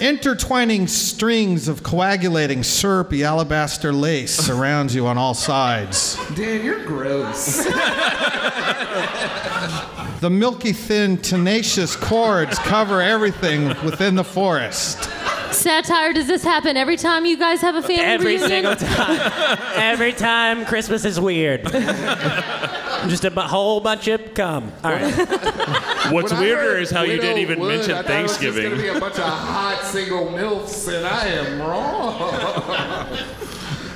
S3: Intertwining strings of coagulating, syrupy alabaster lace surrounds you on all sides.
S7: Dan, you're gross.
S3: The milky thin, tenacious cords cover everything within the forest.
S5: Satire, does this happen every time you guys have a family
S4: Every
S5: reunion?
S4: single time. Every time Christmas is weird. Just a bu- whole bunch of cum. All right.
S8: What's
S7: When I
S8: weirder
S7: heard
S8: is how you didn't
S7: Widow
S8: even
S7: Wood,
S8: mention
S7: I thought it was just
S8: Thanksgiving.
S7: gonna be a bunch of hot single milfs, and I am wrong.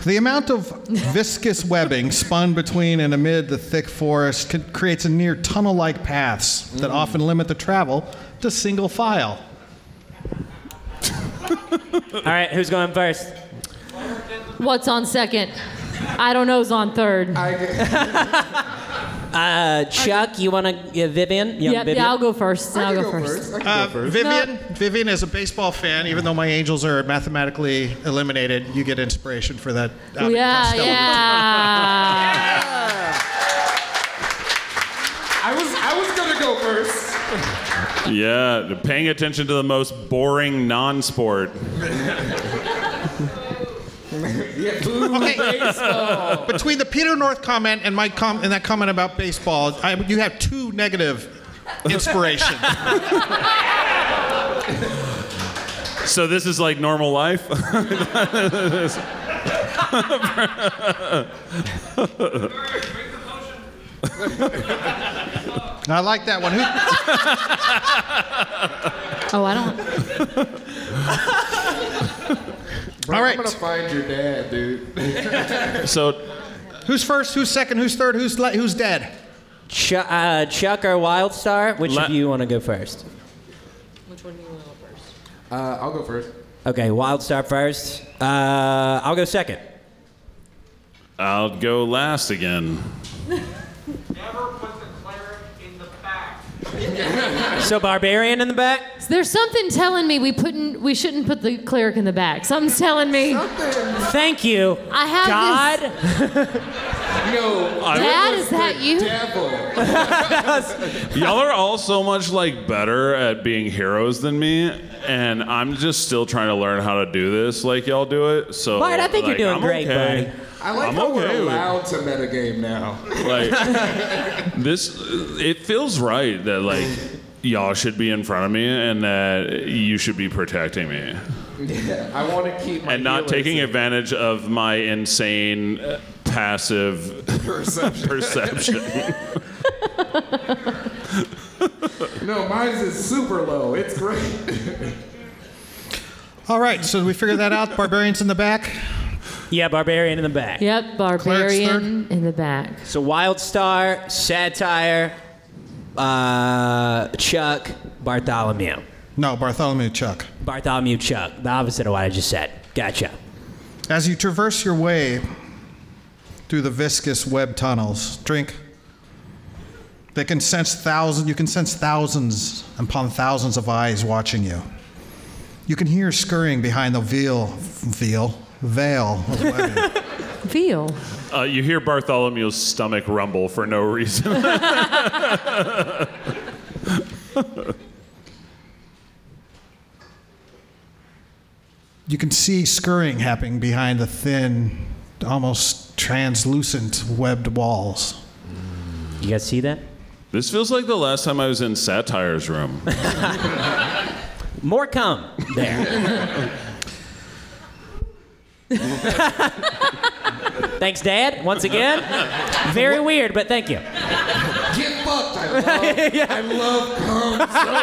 S3: The amount of viscous webbing spun between and amid the thick forest c- creates a near tunnel like paths that
S5: Mm.
S3: often limit the travel to single file.
S4: All right, who's going first?
S5: What's on second? I don't know's on third.
S4: Uh, Chuck, you want to uh, Vivian? Young
S5: yeah,
S4: Vivian?
S5: yeah, I'll go first. I'll go, first.
S3: Uh,
S5: Vivian-
S3: Vivian is a baseball fan. Even though my Angels are mathematically eliminated, you get inspiration for that.
S5: yeah, yeah.
S7: I was I was gonna go first.
S8: yeah, the- paying attention to the most boring non-sport.
S7: Yeah, boo,
S3: Okay.
S7: baseball.
S3: Between the Peter North comment and my com- and that comment about baseball, I, you have two negative inspiration.
S8: So this is like normal life.
S3: I like that one. Who,
S5: Oh, I don't.
S7: Bro,
S3: All right.
S7: I'm gonna find your dad, dude.
S8: so
S3: who's first? Who's second? Who's third? Who's le- who's dead?
S4: Chu- uh, Chuck or Wildstar? Which
S8: La-
S4: of you want to go first?
S7: Uh, I'll go first.
S4: Okay, Wildstar first. Uh, I'll go second.
S8: I'll go last again.
S4: So Barbarian in the back.
S5: There's something telling me we putn't, we shouldn't put the cleric in the back. Something's telling me.
S4: Thank you.
S5: I have
S4: God.
S5: this-
S7: Yo,
S5: Dad, is that you?
S7: devil.
S8: Y'all are all so much like better at being heroes than me, and I'm just still trying to learn how to do this like y'all do it. So,
S4: Bart, I think you're
S8: like,
S4: doing
S8: I'm
S4: great,
S8: okay.
S7: I like
S8: I'm
S7: how
S8: okay
S7: we're
S8: with-
S7: allowed to metagame now.
S8: Like this, it feels right that like y'all should be in front of me and that you should be protecting me
S7: Yeah, I want to keep my
S8: and not
S7: healing
S8: taking advantage of my insane uh, passive
S7: perception.
S8: perception.
S7: No, mine's is super low. It's great.
S3: All right, so we figured that out. Barbarians in the back.
S4: Yeah, Barbarian in the back.
S5: Yep, barbarian in the back.
S4: So Wildstar, Satire, uh, Chuck, Bartholomew.
S3: No, Bartholomew Chuck.
S4: Bartholomew Chuck, the opposite of what I just said. Gotcha.
S3: As you traverse your way through the viscous web tunnels, drink. They can sense thousands. You can sense thousands upon thousands of eyes watching you. You can hear scurrying behind the veil, veil, veil of webbing.
S5: Feel.
S8: Uh, you hear Bartholomew's stomach rumble for no reason.
S3: You can see scurrying happening behind the thin, almost translucent webbed walls.
S4: You guys see that?
S8: this feels like the last time I was in Satire's room.
S4: More come there. Thanks, Dad, once again. Very weird, but thank you.
S7: Get fucked. I love, I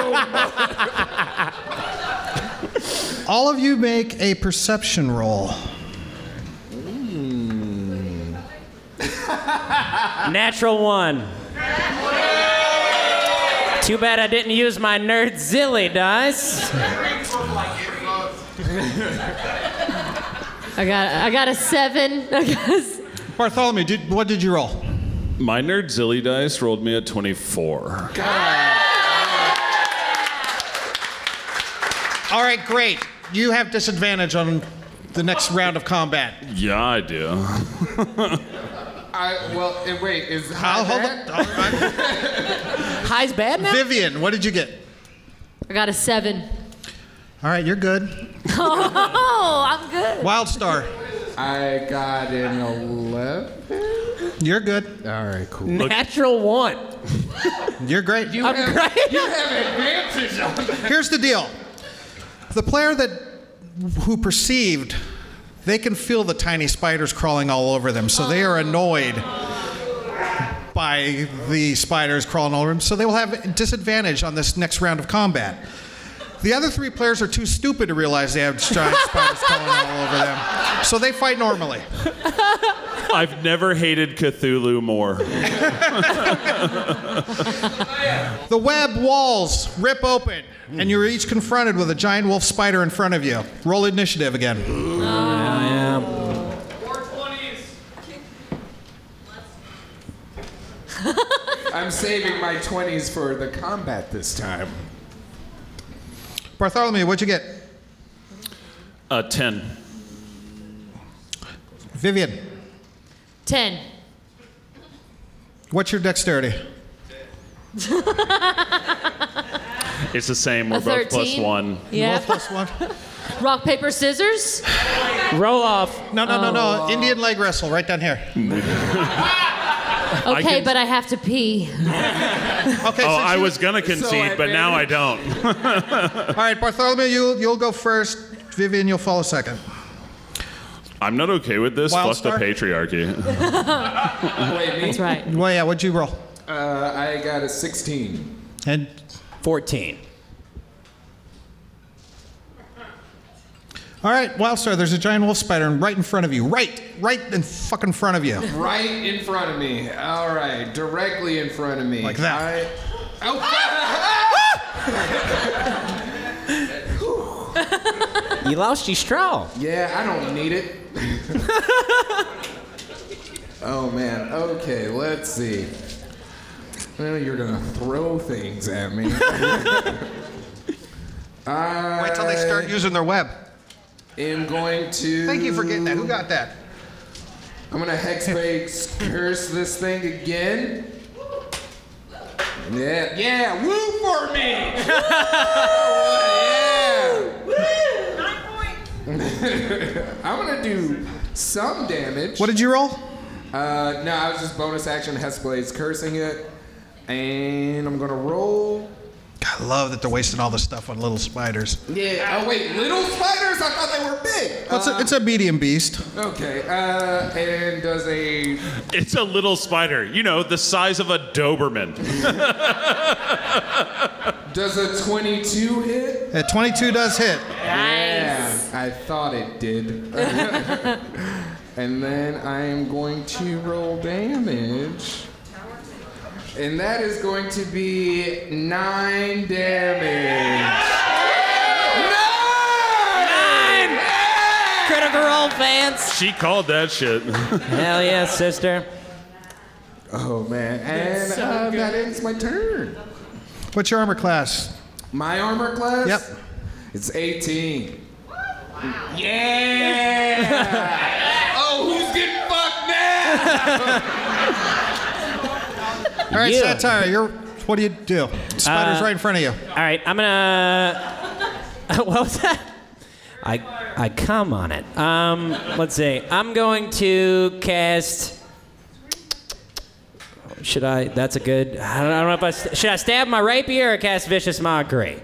S7: love cum so much.
S3: All of you make a perception roll.
S4: Natural one. Too bad I didn't use my Nerdzilly dice.
S5: I got I got a seven. I got a s-
S8: Bartholomew, did, what did you roll? My nerd Zilly dice rolled me a 24.
S3: All right, great. You have disadvantage on the next round of combat.
S8: Yeah, I do.
S7: I, well, eh, wait, is how bad?
S4: High's bad now.
S3: Vivian, what did you get?
S5: I got a seven.
S3: All right, you're good.
S5: Oh, I'm good.
S3: Wildstar.
S7: I got an 11.
S3: You're good.
S7: All right, cool.
S4: Natural one.
S3: You're great.
S7: You have, you have advantage on that.
S3: Here's the deal. The player that who perceived, they can feel the tiny spiders crawling all over them, so they are annoyed by the spiders crawling all over them, so they will have disadvantage on this next round of combat. The other three players are too stupid to realize they have giant spiders crawling all over them, so they fight normally.
S8: I've never hated Cthulhu more.
S3: The web walls rip open, and you're each confronted with a giant wolf spider in front of you. Roll initiative again.
S7: I'm saving my 20s for the combat this time.
S3: Bartholomew, what'd you get?
S8: A 10.
S3: Vivian.
S5: Ten.
S3: What's your dexterity?
S8: It's the same. We're
S5: a
S8: both plus
S5: thirteen.
S8: one.
S5: Yeah.
S3: Plus one.
S5: Rock paper scissors.
S4: Roll off.
S3: No, no, no, no.
S8: Oh,
S3: Indian leg wrestle right down here.
S5: Okay,
S8: can-
S5: but I have to pee.
S3: Okay.
S8: Oh,
S3: since
S8: I
S3: you-
S8: was gonna concede, but now I don't.
S3: All right, Bartholomew, you you'll go first. Vivian, you'll follow second.
S8: I'm not okay with this.
S3: Wild
S8: Fuck the
S3: Star?
S8: patriarchy.
S7: Wait, me?
S5: That's right.
S3: Well, yeah. What'd you roll?
S7: Uh, I got a 16.
S3: And
S4: Fourteen.
S3: all right, Wildstar. There's a giant wolf spider right in front of you. Right, right in fucking front of you.
S7: Right in front of me. All right, directly in front of me.
S3: Like that.
S7: I, oh, fuck!
S4: You lost your straw.
S7: yeah, I don't need it. oh man. Okay, let's see. Well, you're gonna throw things at me. I
S3: Wait till they start using their web.
S7: am going to.
S3: Thank you for getting that. Who got that?
S7: I'm gonna hexbase curse this thing again. Yeah, yeah, woo for me! Woo! yeah! I'm gonna do some damage.
S3: What did you roll?
S7: Uh, no, I was just bonus action hexblades cursing it, and I'm gonna roll.
S3: I love that they're wasting all this stuff on little spiders.
S7: Yeah. Oh wait, little spiders? I thought they were big.
S3: Well, it's, a, it's a medium beast.
S7: Okay. Uh, and does a
S8: it's a little spider, you know, the size of a Doberman.
S7: does a 22 hit?
S3: Uh, 22 does hit.
S7: Yeah, I thought it did. and then I am going to roll damage. And that is going to be nine damage. Nine!
S4: Critical roll fans.
S8: She called that shit.
S4: Hell yeah, sister.
S7: Oh man, and uh, that ends my turn.
S3: What's your armor class?
S7: My armor class?
S3: Yep.
S7: It's 18. Yeah! oh, who's getting fucked now?
S3: All right,
S4: You.
S3: Satire, you're. What do you do?
S4: Uh,
S3: Spider's right in front of you.
S4: All right, I'm gonna. what was that? I I come on it. Um, let's see. I'm going to cast. Should I? That's a good. I don't, I don't know if I st- should I stab my rapier or cast vicious mockery.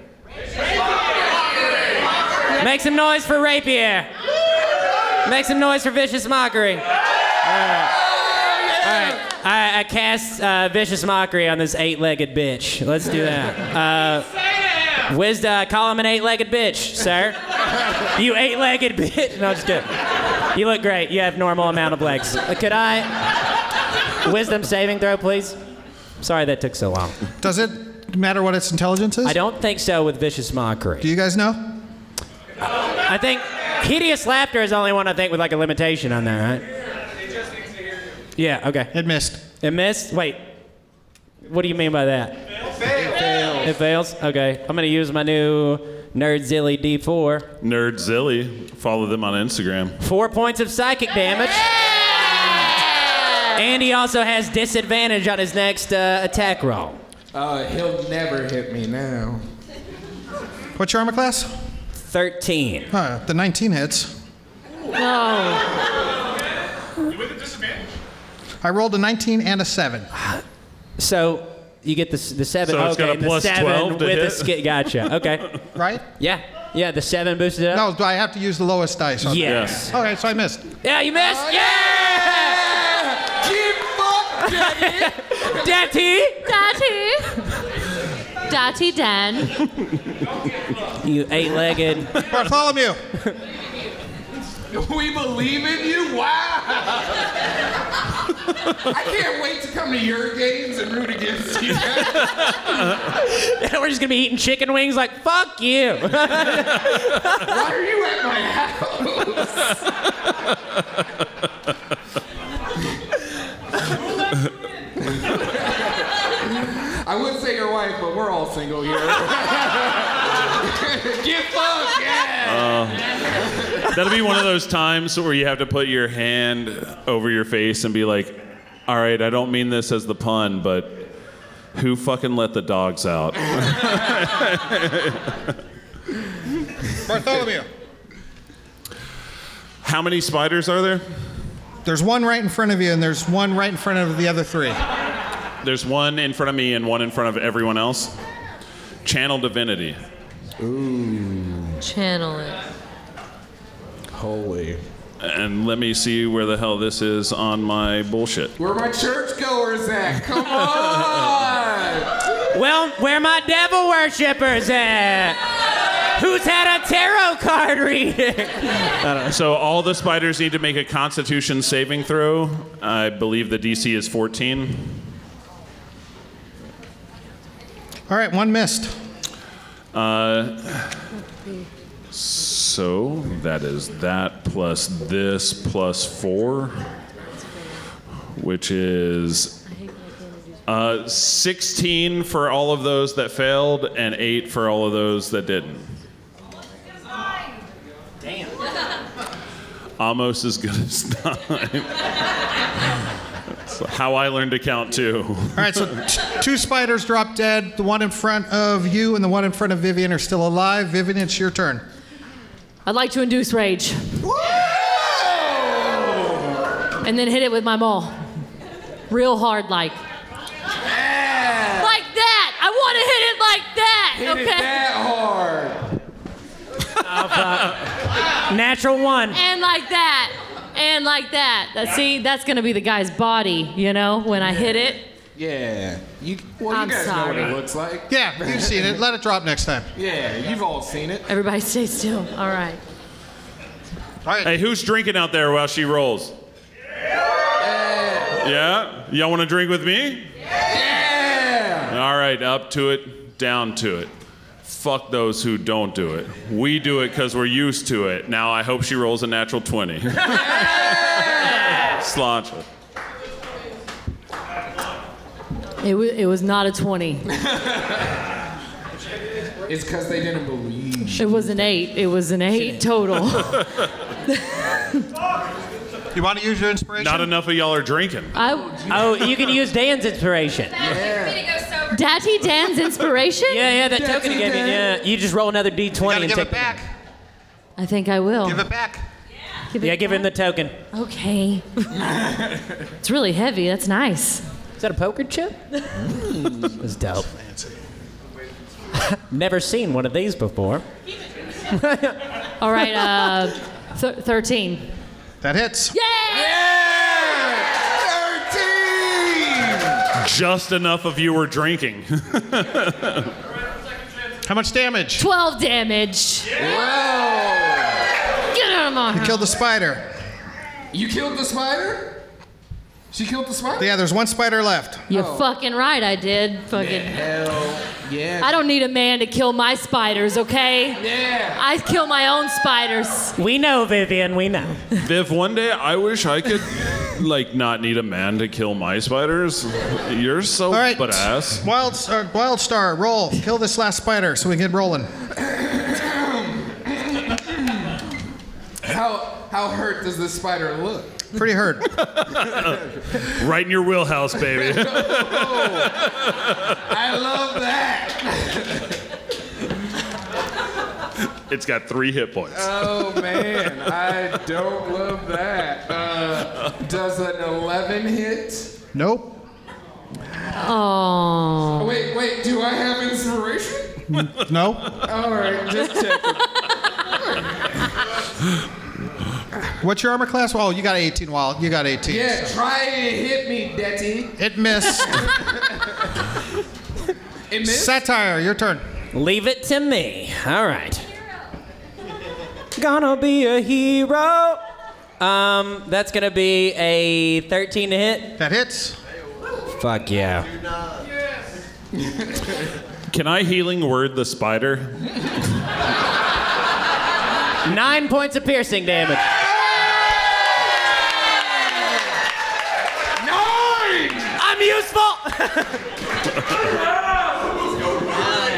S4: Make some noise for rapier. Make some noise for vicious mockery. All right. All right. I, I cast uh, vicious mockery on this eight-legged bitch. Let's do that. Uh, Wisda, call him an eight-legged bitch, sir. you eight-legged bitch. No, just kidding. You look great. You have normal amount of legs. Uh, Could I? Wisdom saving throw, please. Sorry that took so long.
S3: Does it matter what its intelligence is?
S4: I don't think so with vicious mockery. Do
S3: you guys know?
S4: I think hideous laughter is the only one I think with like a limitation on there, right? Yeah. Okay.
S3: It missed.
S4: It missed. Wait. What do you mean by that? It fails. Okay. I'm gonna use my new Nerdzilly D4.
S8: Nerdzilly. Follow them on Instagram.
S4: Four points of psychic damage. And he also has disadvantage on his next uh, attack roll.
S7: Uh, he'll never hit me now.
S3: What's your armor class?
S4: 13.
S3: Huh, the 19 hits. I rolled a 19 and a 7.
S4: So you get the, s- the seven.
S3: So
S4: okay,
S3: it's got a
S4: and the
S3: plus
S4: seven
S3: 12 to
S4: with a
S3: hit?
S4: ski- Gotcha. Okay.
S3: right?
S4: Yeah. Yeah. The seven boosted it
S3: up. No, do I have to use the lowest dice? on
S4: Yes.
S3: that? Okay, so I missed.
S4: Yeah, you missed.
S7: yeah!
S4: Daddy.
S5: Daddy. Daddy Dan.
S4: You eight-legged.
S3: Bartholomew.
S7: We believe in you? Wow! I can't wait to come to your games and root against you.
S4: We're just gonna be eating chicken wings. Like fuck you.
S7: Why are you at my house? I would say your wife, but we're all single here. Get fucked, yeah!
S8: Uh, that'll be one of those times where you have to put your hand over your face and be like, all right, I don't mean this as the pun, but who fucking let the dogs out?
S3: Bartholomew.
S8: How many spiders are there?
S3: There's one right in front of you, and there's one right in front of the other three.
S8: There's one in front of me and one in front of everyone else. Channel divinity. Ooh.
S5: Channel it.
S8: Holy. And let me see where the hell this is on my bullshit.
S7: Where my churchgoers at? Come on!
S4: Well, where my devil worshippers at? Who's had a tarot card reading?
S8: So all the spiders need to make a Constitution saving throw. I believe the DC is 14.
S3: All right, one missed.
S8: Uh, so that is that plus this plus four, which is uh, 16 for all of those that failed and eight for all of those that didn't.
S4: Damn.
S8: Almost as good as time. That's how I learned to count too.
S3: All right, so t- two spiders drop dead. The one in front of you and the one in front of Vivian are still alive. Vivian, it's your turn.
S5: I'd like to induce rage. And then hit it with my maul. Real hard, like. Like that! I want to hit it like that!
S7: Hit
S5: okay?
S7: it that hard!
S4: Natural one.
S5: And like that. And like that. That- See, that's going to be the guy's body, you know, when I hit it.
S7: Yeah. You, well, you
S5: I'm
S7: guys know what
S5: sorry.
S7: it looks like.
S3: Yeah, you've seen it. Let it drop next time.
S7: Yeah, you've all seen it.
S5: Everybody stay still. All right.
S8: Hey, who's drinking out there while she rolls? Yeah? Y'all want to drink with me? Yeah! All right, up to it, down to it. Fuck those who don't do it. We do it because we're used to it. Now I hope she rolls a natural 20. Sláinte.
S5: It, w- it was not a 20.
S7: It's because they didn't believe.
S5: It was an 8. It was an 8 total.
S3: You want to use your inspiration?
S8: Not enough of y'all are drinking.
S5: I,
S4: Oh, you can use Dan's inspiration.
S5: Daddy Dan's inspiration?
S4: Yeah, yeah, that token he gave you. Yeah, you just roll another D20 and
S5: give
S4: take
S5: it
S4: back.
S5: I think I will. Give
S3: it back.
S4: yeah, give him the token.
S5: Okay. it's really heavy. That's nice.
S4: Is that a poker chip? That's dope. Mm. Never seen one of these before.
S5: All right, uh, th- 13.
S3: That hits.
S8: Just enough of you were drinking.
S3: How much damage?
S5: 12 damage. Get out of my
S3: You killed the spider.
S7: You killed the spider? She killed the spider?
S3: Yeah, there's one spider left.
S5: You're fucking right, I did. Fucking.
S7: Hell yeah.
S5: I don't need a man to kill my spiders, okay? Yeah. I kill my own spiders.
S4: We know, Vivian, we know.
S8: Viv, one day I wish I could, like, not need a man to kill my spiders. You're so
S3: All right.
S8: badass.
S3: Wild, uh, wild star, roll. Kill this last spider so we can get rolling.
S7: How how hurt does this spider look?
S3: Pretty hurt.
S8: Right in your wheelhouse, baby.
S7: I love that.
S8: it's got three hit points.
S7: Oh man, I don't love that. Uh, does an 11 hit?
S3: Nope.
S5: Oh.
S7: Wait, wait, do I have inspiration?
S3: No.
S7: All right, just check.
S3: What's your armor class? Oh, you got 18. Wild. You got 18.
S7: Yeah, try and hit me, Detty.
S3: It missed.
S7: It missed?
S3: Satire, your turn.
S4: Leave it to me. All right. Gonna be a hero. Um, that's gonna be a 13 to hit.
S3: That hits.
S4: Fuck yeah.
S8: Can I healing word the spider?
S4: Nine points of piercing damage.
S7: Nine!
S4: I'm useful.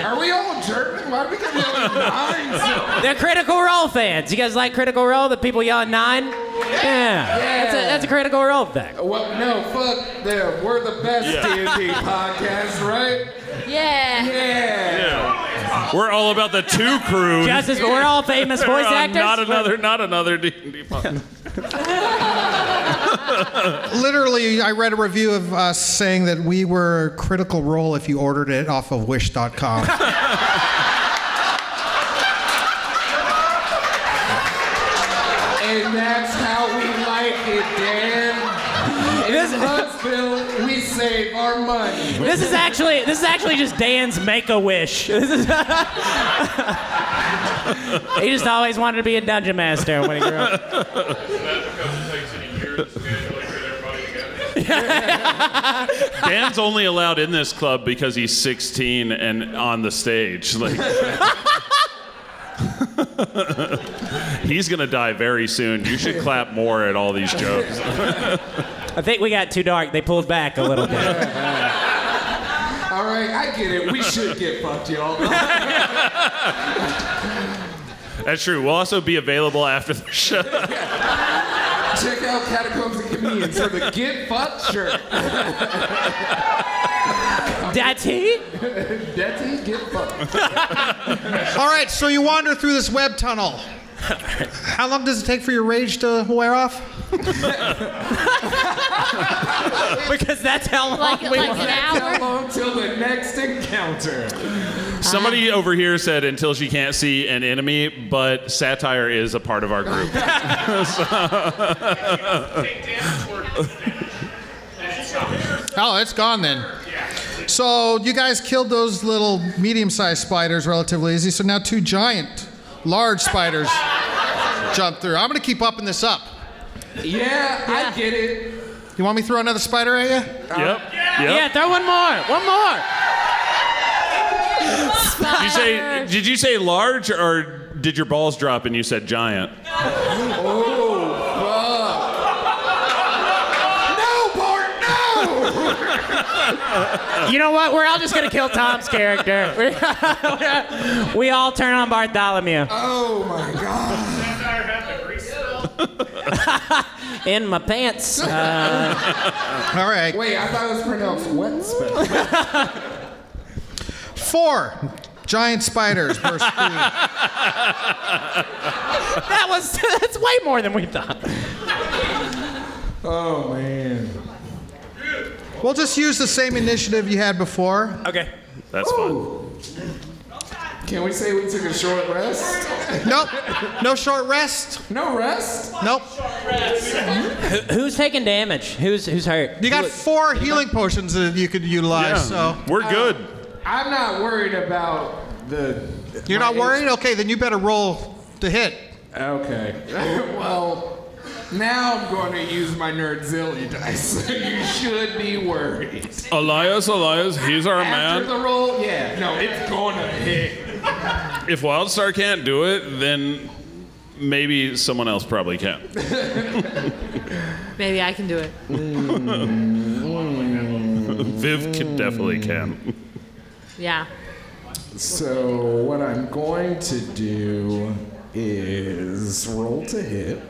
S7: Are we all German? Why are we gonna yell nine? so-
S4: They're Critical Role fans. You guys like Critical Role? The people yelling nine? Yeah. That's, a, that's a Critical Role thing.
S7: What? No, fuck them. We're the best D&D podcast, right?
S5: Yeah.
S7: Yeah.
S8: We're all about the two crew.
S4: Just as we're all famous voice
S8: Uh,
S4: actors.
S8: Not another, not another D&D podcast.
S3: Literally, I read a review of us saying that we were critical role if you ordered it off of wish.com.
S7: And that's how we like it, Dan.
S4: This-
S7: In Huntsville, we save our money.
S4: This is actually this is actually just Dan's make a wish. This is he just always wanted to be a dungeon master when he grew up.
S8: Dan's only allowed in this club because he's 16 and on the stage. Like, he's gonna die very soon. You should clap more at all these jokes.
S4: I think we got too dark. They pulled back a little bit.
S7: All right, I get it. We should get fucked, y'all.
S8: That's true. We'll also be available after the show.
S7: Check out Catacombs and Comedians for the Get Fucked shirt.
S4: Daddy,
S7: That's it, Get Fucked.
S3: All right, so you wander through this web tunnel. How long does it take for your rage to wear off?
S4: because that's how long
S5: Like,
S4: we
S5: like an
S7: How
S5: hour.
S7: long till the next encounter?
S8: Somebody over here said until she can't see an enemy, but satire is a part of our group.
S3: Oh, it's gone then. So you guys killed those little medium-sized spiders relatively easy. So now two giant, large spiders jump through. I'm gonna keep upping this up.
S7: Yeah, I get it.
S3: You want me to throw another spider at you?
S8: Yep.
S4: Yeah,
S8: Yep.
S4: throw one more. One more.
S8: Did you say? Did you say large or did your balls drop and you said giant?
S7: Oh, No, Bart, no!
S4: You know what? We're all just gonna kill Tom's character. We're- we all turn on Bartholomew.
S7: Oh my god.
S4: In my pants. Uh,
S3: All right.
S7: Wait, I thought it was pronounced wet spell.
S3: Four giant spiders burst through.
S4: that was that's way more than we thought.
S7: Oh man.
S3: We'll just use the same initiative you had before.
S4: Okay.
S8: That's fun.
S7: Can we say we took a short rest?
S3: Nope. No short rest.
S7: No rest?
S3: Nope.
S4: Who's taking damage? Who's who's hurt?
S3: You got four healing potions that you could utilize. So uh,
S8: We're good.
S7: I'm not worried about the.
S3: you're not worried. Okay, then you better roll to hit.
S7: Okay. well, Now I'm going to use my Nerdzilly dice. you should be worried.
S8: Elias, Elias, he's our
S7: After
S8: man.
S7: the roll, yeah, no, it's going to hit.
S8: If Wildstar can't do it, then maybe someone else probably can.
S14: Maybe I can do it.
S8: Viv can definitely can.
S14: Yeah.
S7: So what I'm going to do is roll to hit.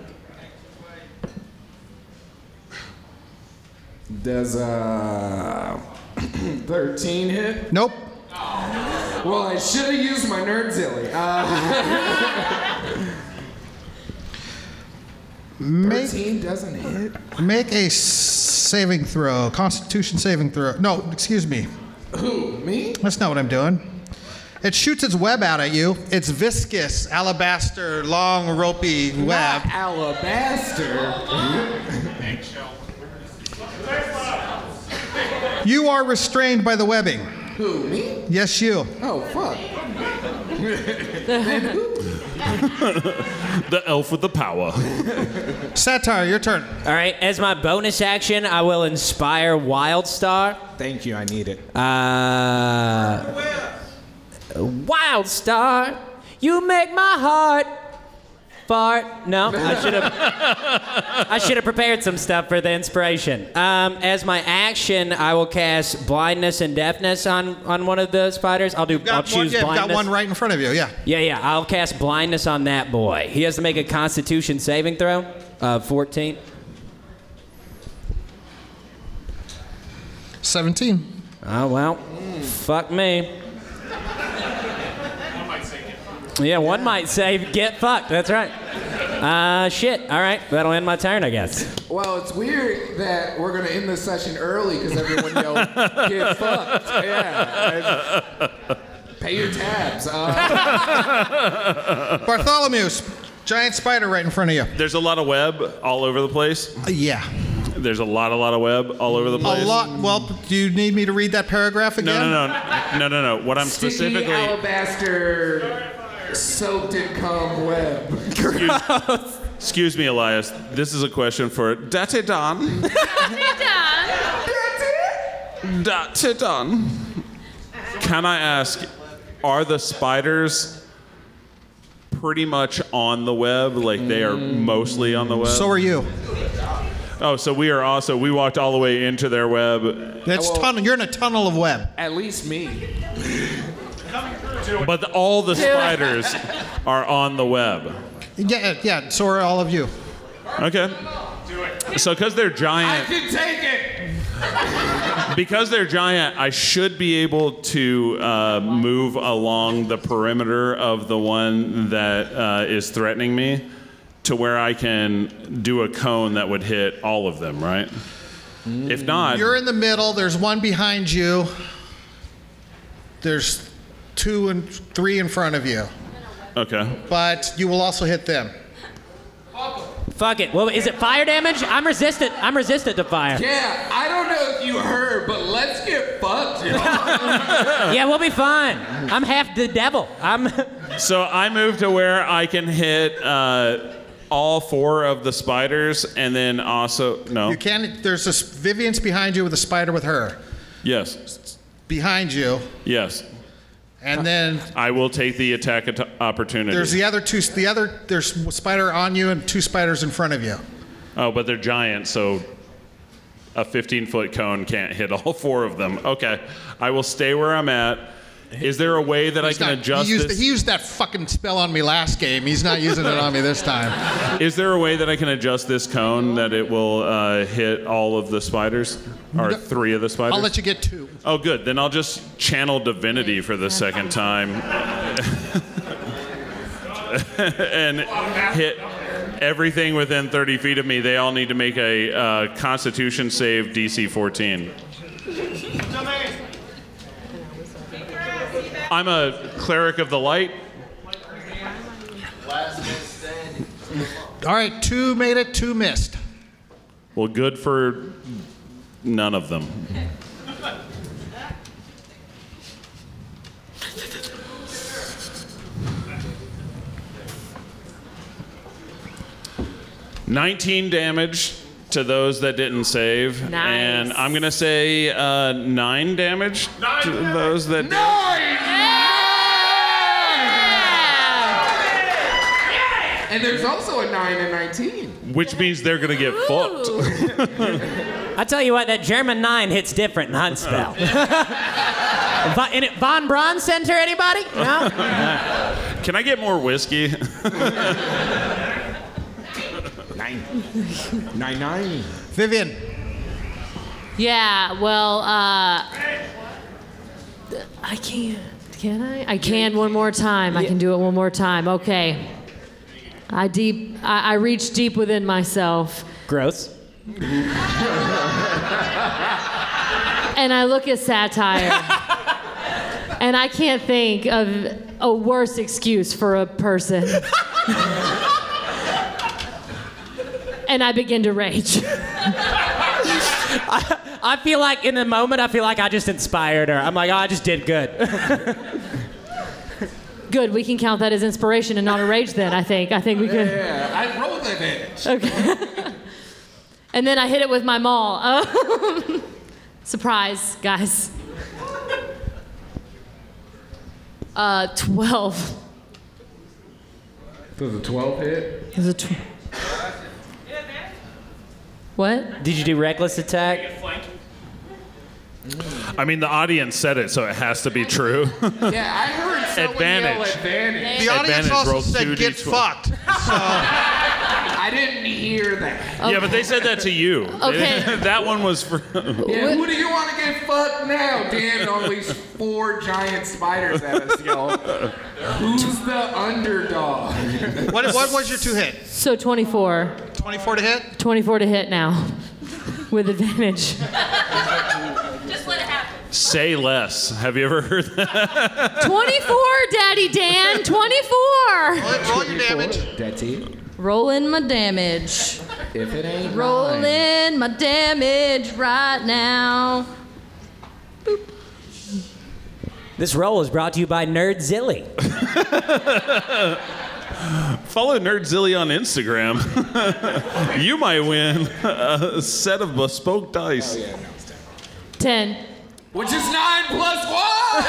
S7: Does uh 13 hit?
S3: Nope.
S7: Well, I should have used my nerdzilly. Uh,
S3: Make,
S7: 13 doesn't hit.
S3: make a s- saving throw, Constitution saving throw. No, excuse me.
S7: Who? Me?
S3: That's not what I'm doing. It shoots its web out at you. It's viscous, alabaster, long, ropey web.
S7: alabaster.
S3: You are restrained by the webbing.
S7: Who? Me?
S3: Yes, you.
S7: Oh fuck. Then who?
S8: the elf with the power.
S3: Satire, your turn.
S4: All right, as my bonus action, I will inspire Wildstar.
S7: Thank you, I need it.
S4: Uh, Wildstar, you make my heart fart. No, I should have. I should have prepared some stuff for the inspiration. Um, as my action, I will cast blindness and deafness on on one of the spiders. I'll do. I'll
S3: Got one,
S4: choose
S3: yeah,
S4: blindness.
S3: got one right in front of you, yeah.
S4: Yeah, yeah. I'll cast blindness on that boy. He has to make a Constitution saving throw. Uh, 14.
S3: 17.
S4: Oh well. Fuck me. Yeah, one might say get fucked. That's right. Uh, shit. All right, that'll end my turn, I guess.
S7: Well, it's weird that we're gonna end this session early because everyone yelled, "Get fucked!" Yeah, and pay your tabs. Uh,
S3: Bartholomew's giant spider right in front of you.
S8: There's a lot of web all over the place.
S3: yeah.
S8: There's a lot, a lot of web all over the place.
S3: A lot. Well, do you need me to read that paragraph
S8: No,
S3: again?
S8: no, no, no, no, no. What I'm
S7: Sticky
S8: specifically
S7: alabaster soaked in cum web.
S8: Excuse, excuse me, Elias. This is a question for Date Don. Date Don. Can I ask, are the spiders pretty much on the web? Like they are mostly on the web?
S3: Mm. So are you.
S8: Oh, so we are also, we walked all the way into their web.
S3: That's tunnel. You're in a tunnel of web.
S7: At least me.
S8: But all the
S3: Do it.
S8: spiders are on the web.
S3: Yeah, yeah. So are all of you.
S8: Okay. So because they're
S7: I
S8: giant,
S7: can take it.
S8: because they're giant, I should be able to uh, move along the perimeter of the one that uh, is threatening me to where I can do a cone that would hit all of them, right? If not,
S3: You're in the middle. There's one behind you. There's two and three in front of you,
S8: okay.
S3: but you will also hit them.
S4: Fuck it. Well, is it fire damage? I'm resistant. I'm resistant to fire.
S7: Yeah, I don't know if you heard, but let's get fucked.
S4: yeah, we'll be fine. I'm half the devil. I'm.
S8: So I move to where I can hit uh, all four of the spiders, and then also no.
S3: You can. There's this Vivian's behind you with a spider with her
S8: Yes.
S3: behind you,
S8: Yes. Oh.
S3: and then
S8: I will take the attack at- opportunity.
S3: there's the other two. The other there's a spider on you and two spiders in front of you.
S8: Oh, but they're giant, so a 15 foot cone can't hit all four of them. Okay, I will stay where I'm at. Is there a way that I can adjust
S3: he, used,
S8: this?
S3: he used that fucking spell on me last game. He's not using it on me this time.
S8: Is there a way that I can adjust this cone that it will uh, hit all of the spiders or three of the spiders?
S3: I'll let you get two.
S8: Oh, good. Then I'll just channel divinity for the second time and hit everything within 30 feet of me. They all need to make a uh, Constitution save DC 14. I'm a cleric of the light.
S3: All right, two made it, two missed.
S8: Well, good for none of them. 19 damage to those that didn't save.
S5: Nice.
S8: And I'm going to say uh, 9 damage to those that.
S7: And there's also a 9 and 19.
S8: Which means they're going to get fucked.
S4: I tell you what, that German nine hits different in Huntsville. Va- in it, Von Braun Center, anybody? No.
S8: Can I get more whiskey?
S7: Nine. nine, nine.
S3: Vivian.
S5: Yeah, well, uh, I can't. Can I? I can one more time. I can do it one more time. Okay. I deep. I, I reach deep within myself,
S4: Gross.
S5: and I look at satire, and I can't think of a worse excuse for a person. and I begin to rage.
S4: I feel like in the moment, I feel like I just inspired her. I'm like, oh, I just did good.
S5: Good. We can count that as inspiration and not a rage. Then I think. I think we can.
S7: Yeah, I rolled that bitch.
S5: And then I hit it with my maul. Um, Surprise, guys. Uh, 12.
S7: Does a 12 hit?
S5: Is it tw- what?
S4: Did you do reckless attack?
S8: I mean, the audience said it, so it has to be true.
S7: Yeah, I heard someone
S8: Advantage.
S7: yell advantage.
S3: The audience
S8: Advantage
S3: also
S8: roll,
S3: said,
S8: two
S3: get
S8: D12.
S3: fucked.
S7: I didn't hear that.
S8: Yeah, but they said that to you.
S5: Okay.
S8: that one was for.
S7: Yeah, who do you want to get fucked now? Dan unleashed four giant spiders at us, y'all. Who's the underdog?
S3: What, what was your two hit?
S5: So 24.
S3: 24 to hit?
S5: 24 to hit now. With advantage.
S8: Say less. Have you ever heard that?
S5: 24, Daddy Dan! 24!
S3: Roll, it- roll your damage.
S7: That's it.
S5: Rolling my damage.
S7: If it ain't nine.
S5: Rolling my damage right now.
S4: This roll is brought to you by Nerdzilly.
S8: Follow Nerdzilly on Instagram. you might win a set of bespoke dice.
S7: Oh,
S5: 10.
S7: Which is nine plus one.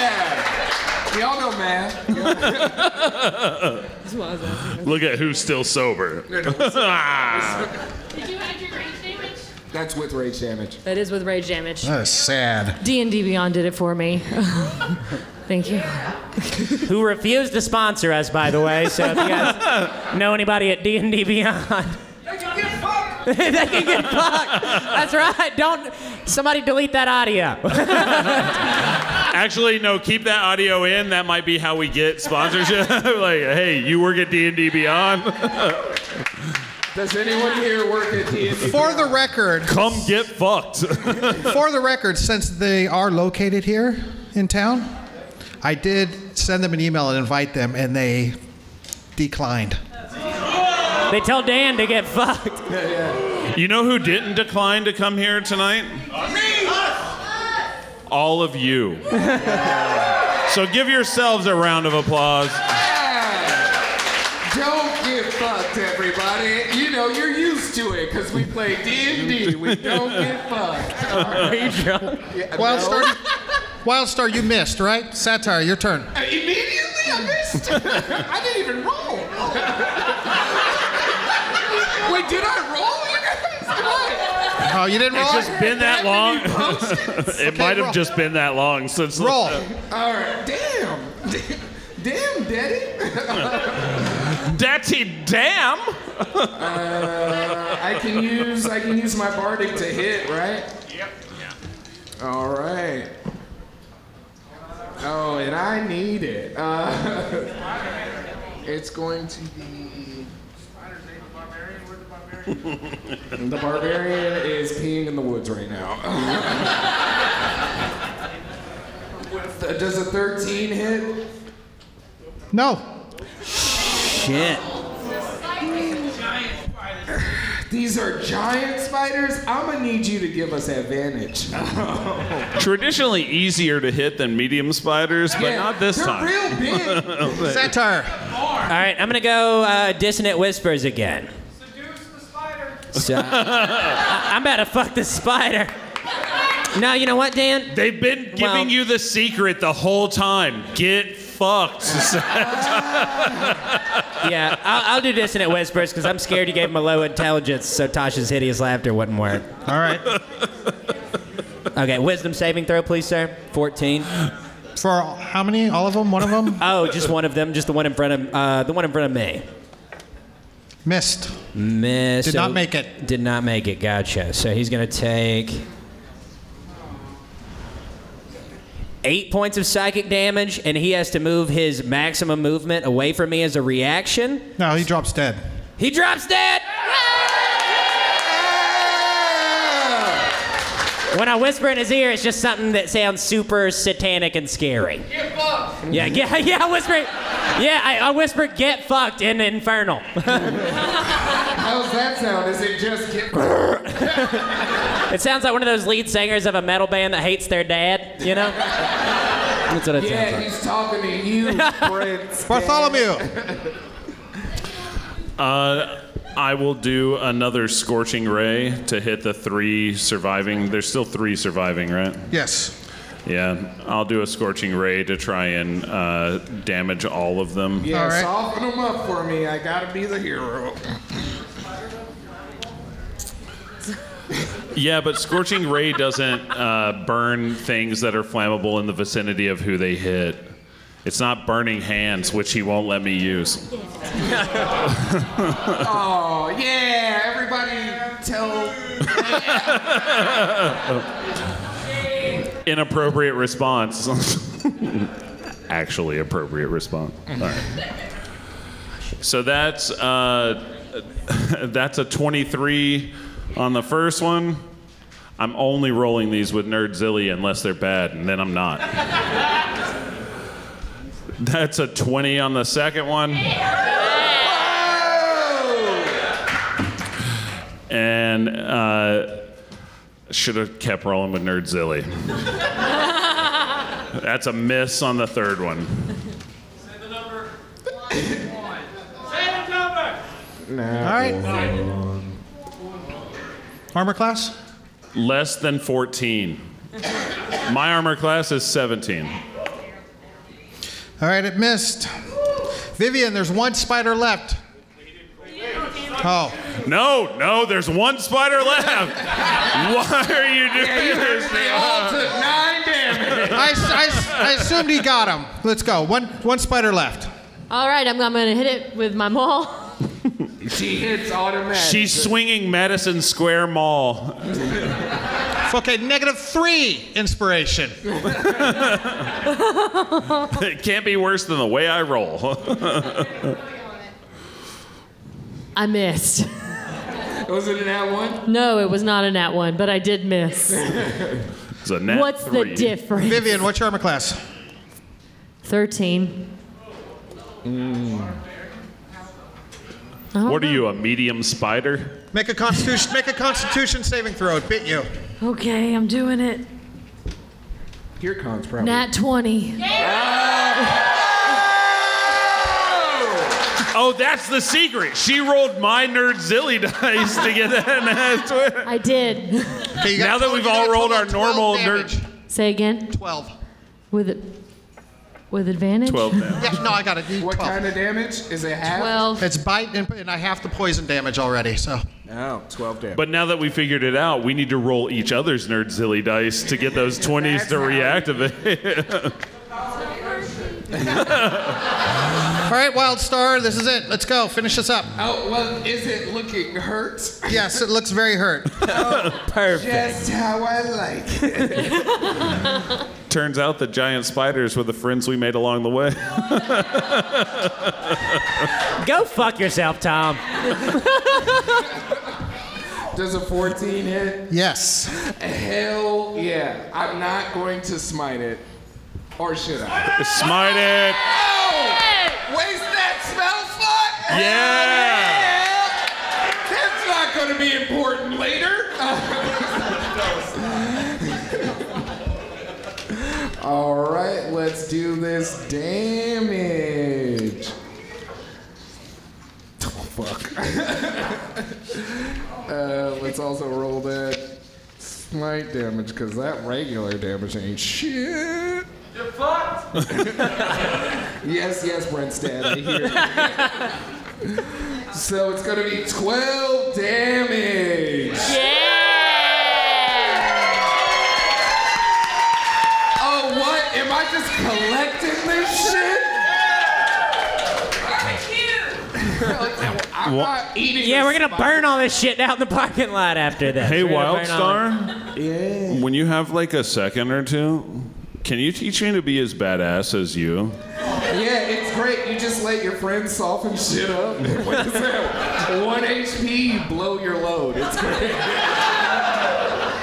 S7: yeah. Y'all know math.
S8: Look at who's still sober.
S5: Did you add your rage damage?
S7: That's with rage damage.
S5: That is with rage damage.
S3: That is sad.
S5: D and D Beyond did it for me. Thank you.
S4: who refused to sponsor us, by the way. So if you guys know anybody at D and D Beyond, they can get fucked. That's right. Don't somebody delete that audio.
S8: Actually, no. Keep that audio in. That might be how we get sponsorship. like, hey, you work at D and D Beyond.
S7: Does anyone here work at TNT?
S3: For the record,
S8: Come get fucked.
S3: for the record, since they are located here in town, I did send them an email and invite them, and they declined.
S4: they tell Dan to get fucked.
S8: You know who didn't decline to come here tonight? All of you. so give yourselves a round of applause.
S7: Don't get fucked, everybody. You know you're used to it because we play D and D. We don't get fucked. All right.
S4: Are you drunk?
S7: Yeah, no.
S3: Wildstar, Wildstar, you missed, right? Satire, your turn.
S7: Immediately, I missed. I didn't even roll. Wait, did I roll? You guys? What?
S3: Oh, you didn't roll.
S8: It's just been that long. it might
S3: roll.
S8: have just been that long since.
S3: roll.
S7: All right. Damn. Damn, Daddy.
S8: Daddy damn.
S7: I can use I can use my bardic to hit, right? Yep. Yeah. All right. Oh, and I need it. Uh, it's going to be. The barbarian is peeing in the woods right now. With- Does a 13 hit?
S3: No.
S4: Shit.
S7: These are giant spiders. I'm gonna need you to give us advantage.
S8: Traditionally easier to hit than medium spiders, but
S7: Yeah,
S8: not this
S7: they're
S8: time.
S7: real big.
S3: Satire.
S4: All right, I'm gonna go uh, dissonant whispers again. Seduce the spider. I, am about to fuck the spider. No, you know what, Dan?
S8: They've been giving
S4: Well-
S8: you the secret the whole time. Get fucked.
S4: Yeah, I'll, I'll do dissonant whispers because I'm scared you gave him a low intelligence, so Tasha's hideous laughter wouldn't work.
S3: All right.
S4: Okay, wisdom saving throw, please, sir. 14.
S3: For how many? All of them? One of them?
S4: Oh, just one of them, just the one in front of uh, the one in front of me.
S3: Missed.
S4: Miss.
S3: Did not make it.
S4: Did not make it. Gotcha. So he's gonna take eight points of psychic damage, and he has to move his maximum movement away from me as a reaction.
S3: No, he drops dead.
S4: He drops dead. When I whisper in his ear, it's just something that sounds super satanic and scary. Yeah, yeah, yeah. I whisper. Yeah, I, I whisper, "Get fucked" in Infernal.
S7: How's that sound? Is it just get?
S4: It sounds like one of those lead singers of a metal band that hates their dad, you know? That's what it
S7: Yeah,
S4: sounds
S7: he's talking to you, Prince.
S3: Bartholomew.
S8: Uh, I will do another scorching ray to hit the three surviving. There's still three surviving, right?
S3: Yes.
S8: Yeah, I'll do a scorching ray to try and uh, damage all of them.
S7: Yeah,
S3: All right.
S7: soften him up for me. I gotta be the hero.
S8: Yeah, but scorching ray doesn't uh, burn things that are flammable in the vicinity of who they hit. It's not burning hands, which he won't let me use.
S7: Oh yeah, everybody tell.
S8: Inappropriate response. Actually, appropriate response. All right. So that's uh, that's a 23 on the first one. I'm only rolling these with Nerdzilly unless they're bad, and then I'm not. That's a 20 on the second one. And uh, should have kept rolling with Nerdzilly. That's a miss on the third one.
S3: All right. Armor class?
S8: Less than 14. My armor class is 17.
S3: All right, it missed. Vivian, there's one spider left. Oh,
S8: No, no, there's one spider left. Why are you doing this?
S7: They all took nine damage.
S3: I, I, I assumed he got him. Let's go. One, one spider left.
S5: All right, I'm, I'm gonna hit it with my maul.
S7: She hits automatic.
S8: She's swinging Madison Square Mall.
S3: Okay, negative three inspiration.
S8: It can't be worse than the way I roll.
S5: I missed.
S7: Was it in that one?
S5: No, it was not a nat one, but I did miss.
S8: It's a nat
S5: What's
S8: three.
S5: the difference?
S3: Vivian, what's your armor class?
S5: 13.
S8: What are you, a medium spider?
S3: Make a constitution. Make a constitution saving throw. It bit you.
S5: Okay, I'm doing it.
S7: Here comes probably.
S5: Nat 20.
S8: Oh, that's the secret. She rolled my Nerdzilly dice to get that nat 20.
S5: I did.
S3: Okay, you got
S8: Now that
S3: total-
S8: we've
S3: you
S8: all
S3: got
S8: rolled
S3: total
S8: our
S3: 12
S8: normal
S3: damage.
S8: nerd-
S5: Say again.
S3: Twelve.
S5: With with advantage?
S8: 12 now.
S3: Yes, no, I got it. You-
S7: What
S3: Twelve.
S7: kind of damage? Is it half?
S5: 12.
S3: It's bite and, and I half the poison damage already. So
S7: No, 12 damage.
S8: But now that we figured it out, we need to roll each other's Nerdzilly dice to get those 20s to reactivate.
S3: all right, Wild Star, this is it. Let's go. Finish this up.
S7: oh, well, is it looking hurt?
S3: Yes, it looks very hurt.
S4: Perfect.
S7: That's how I like it.
S8: Turns out the giant spiders were the friends we made along the way.
S4: Go fuck yourself, Tom.
S7: Does a 14 hit?
S3: Yes.
S7: Hell yeah. I'm not going to smite it. Or should I?
S8: Smite it!
S7: Oh! Waste that spell slot?
S8: Yeah!
S7: Hell yeah! That's not going to be important later. All right, let's do this damage. Oh, fuck. uh, let's also roll that slight damage because that regular damage ain't shit.
S14: You're fucked.
S7: Yes, yes, Brent Stanley here. so it's gonna be 12 damage. Oh, what? Am I just collecting this shit? I'm not eating
S4: yeah,
S7: a
S4: we're gonna
S7: spider.
S4: burn all this shit out in the parking lot after this.
S8: Hey,
S4: We're gonna burn all-
S8: Wildstar. Yeah. When you have like a second or two, can you teach me to be as badass as you?
S7: Yeah, it's great. You just let your friends soften shit up. What is that? One HP, you blow your load. It's great.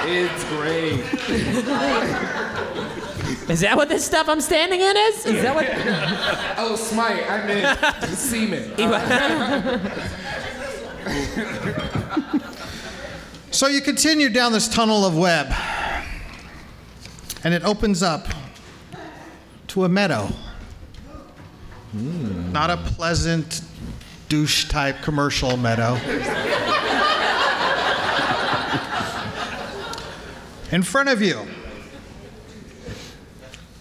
S7: It's great.
S4: Is that what this stuff I'm standing in is? Is that what?
S7: oh, smite. I meant semen.
S3: So you continue down this tunnel of web, and it opens up to a meadow. Not a pleasant douche type commercial meadow. In front of you,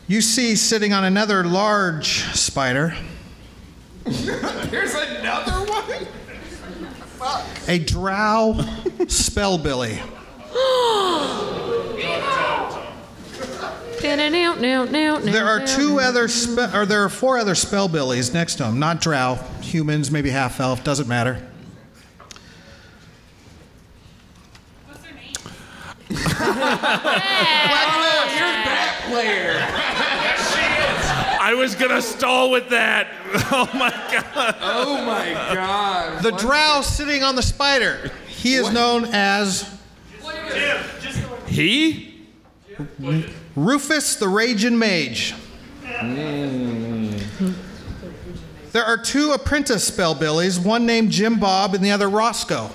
S3: you see sitting on another large spider
S7: Uh, There's another one?
S3: a drow spellbilly. There
S5: There
S3: are two other spe- or there are four other spellbillies next to him. Not drow, humans, maybe half elf, doesn't matter.
S7: Bat Oh, player.
S8: I was gonna stall with that. Oh my god.
S7: Oh my god.
S3: The drow sitting on the spider. He is known as
S8: He?
S3: Rufus the Raging Mage. There are two apprentice spellbillies, one named Jim Bob and the other Roscoe.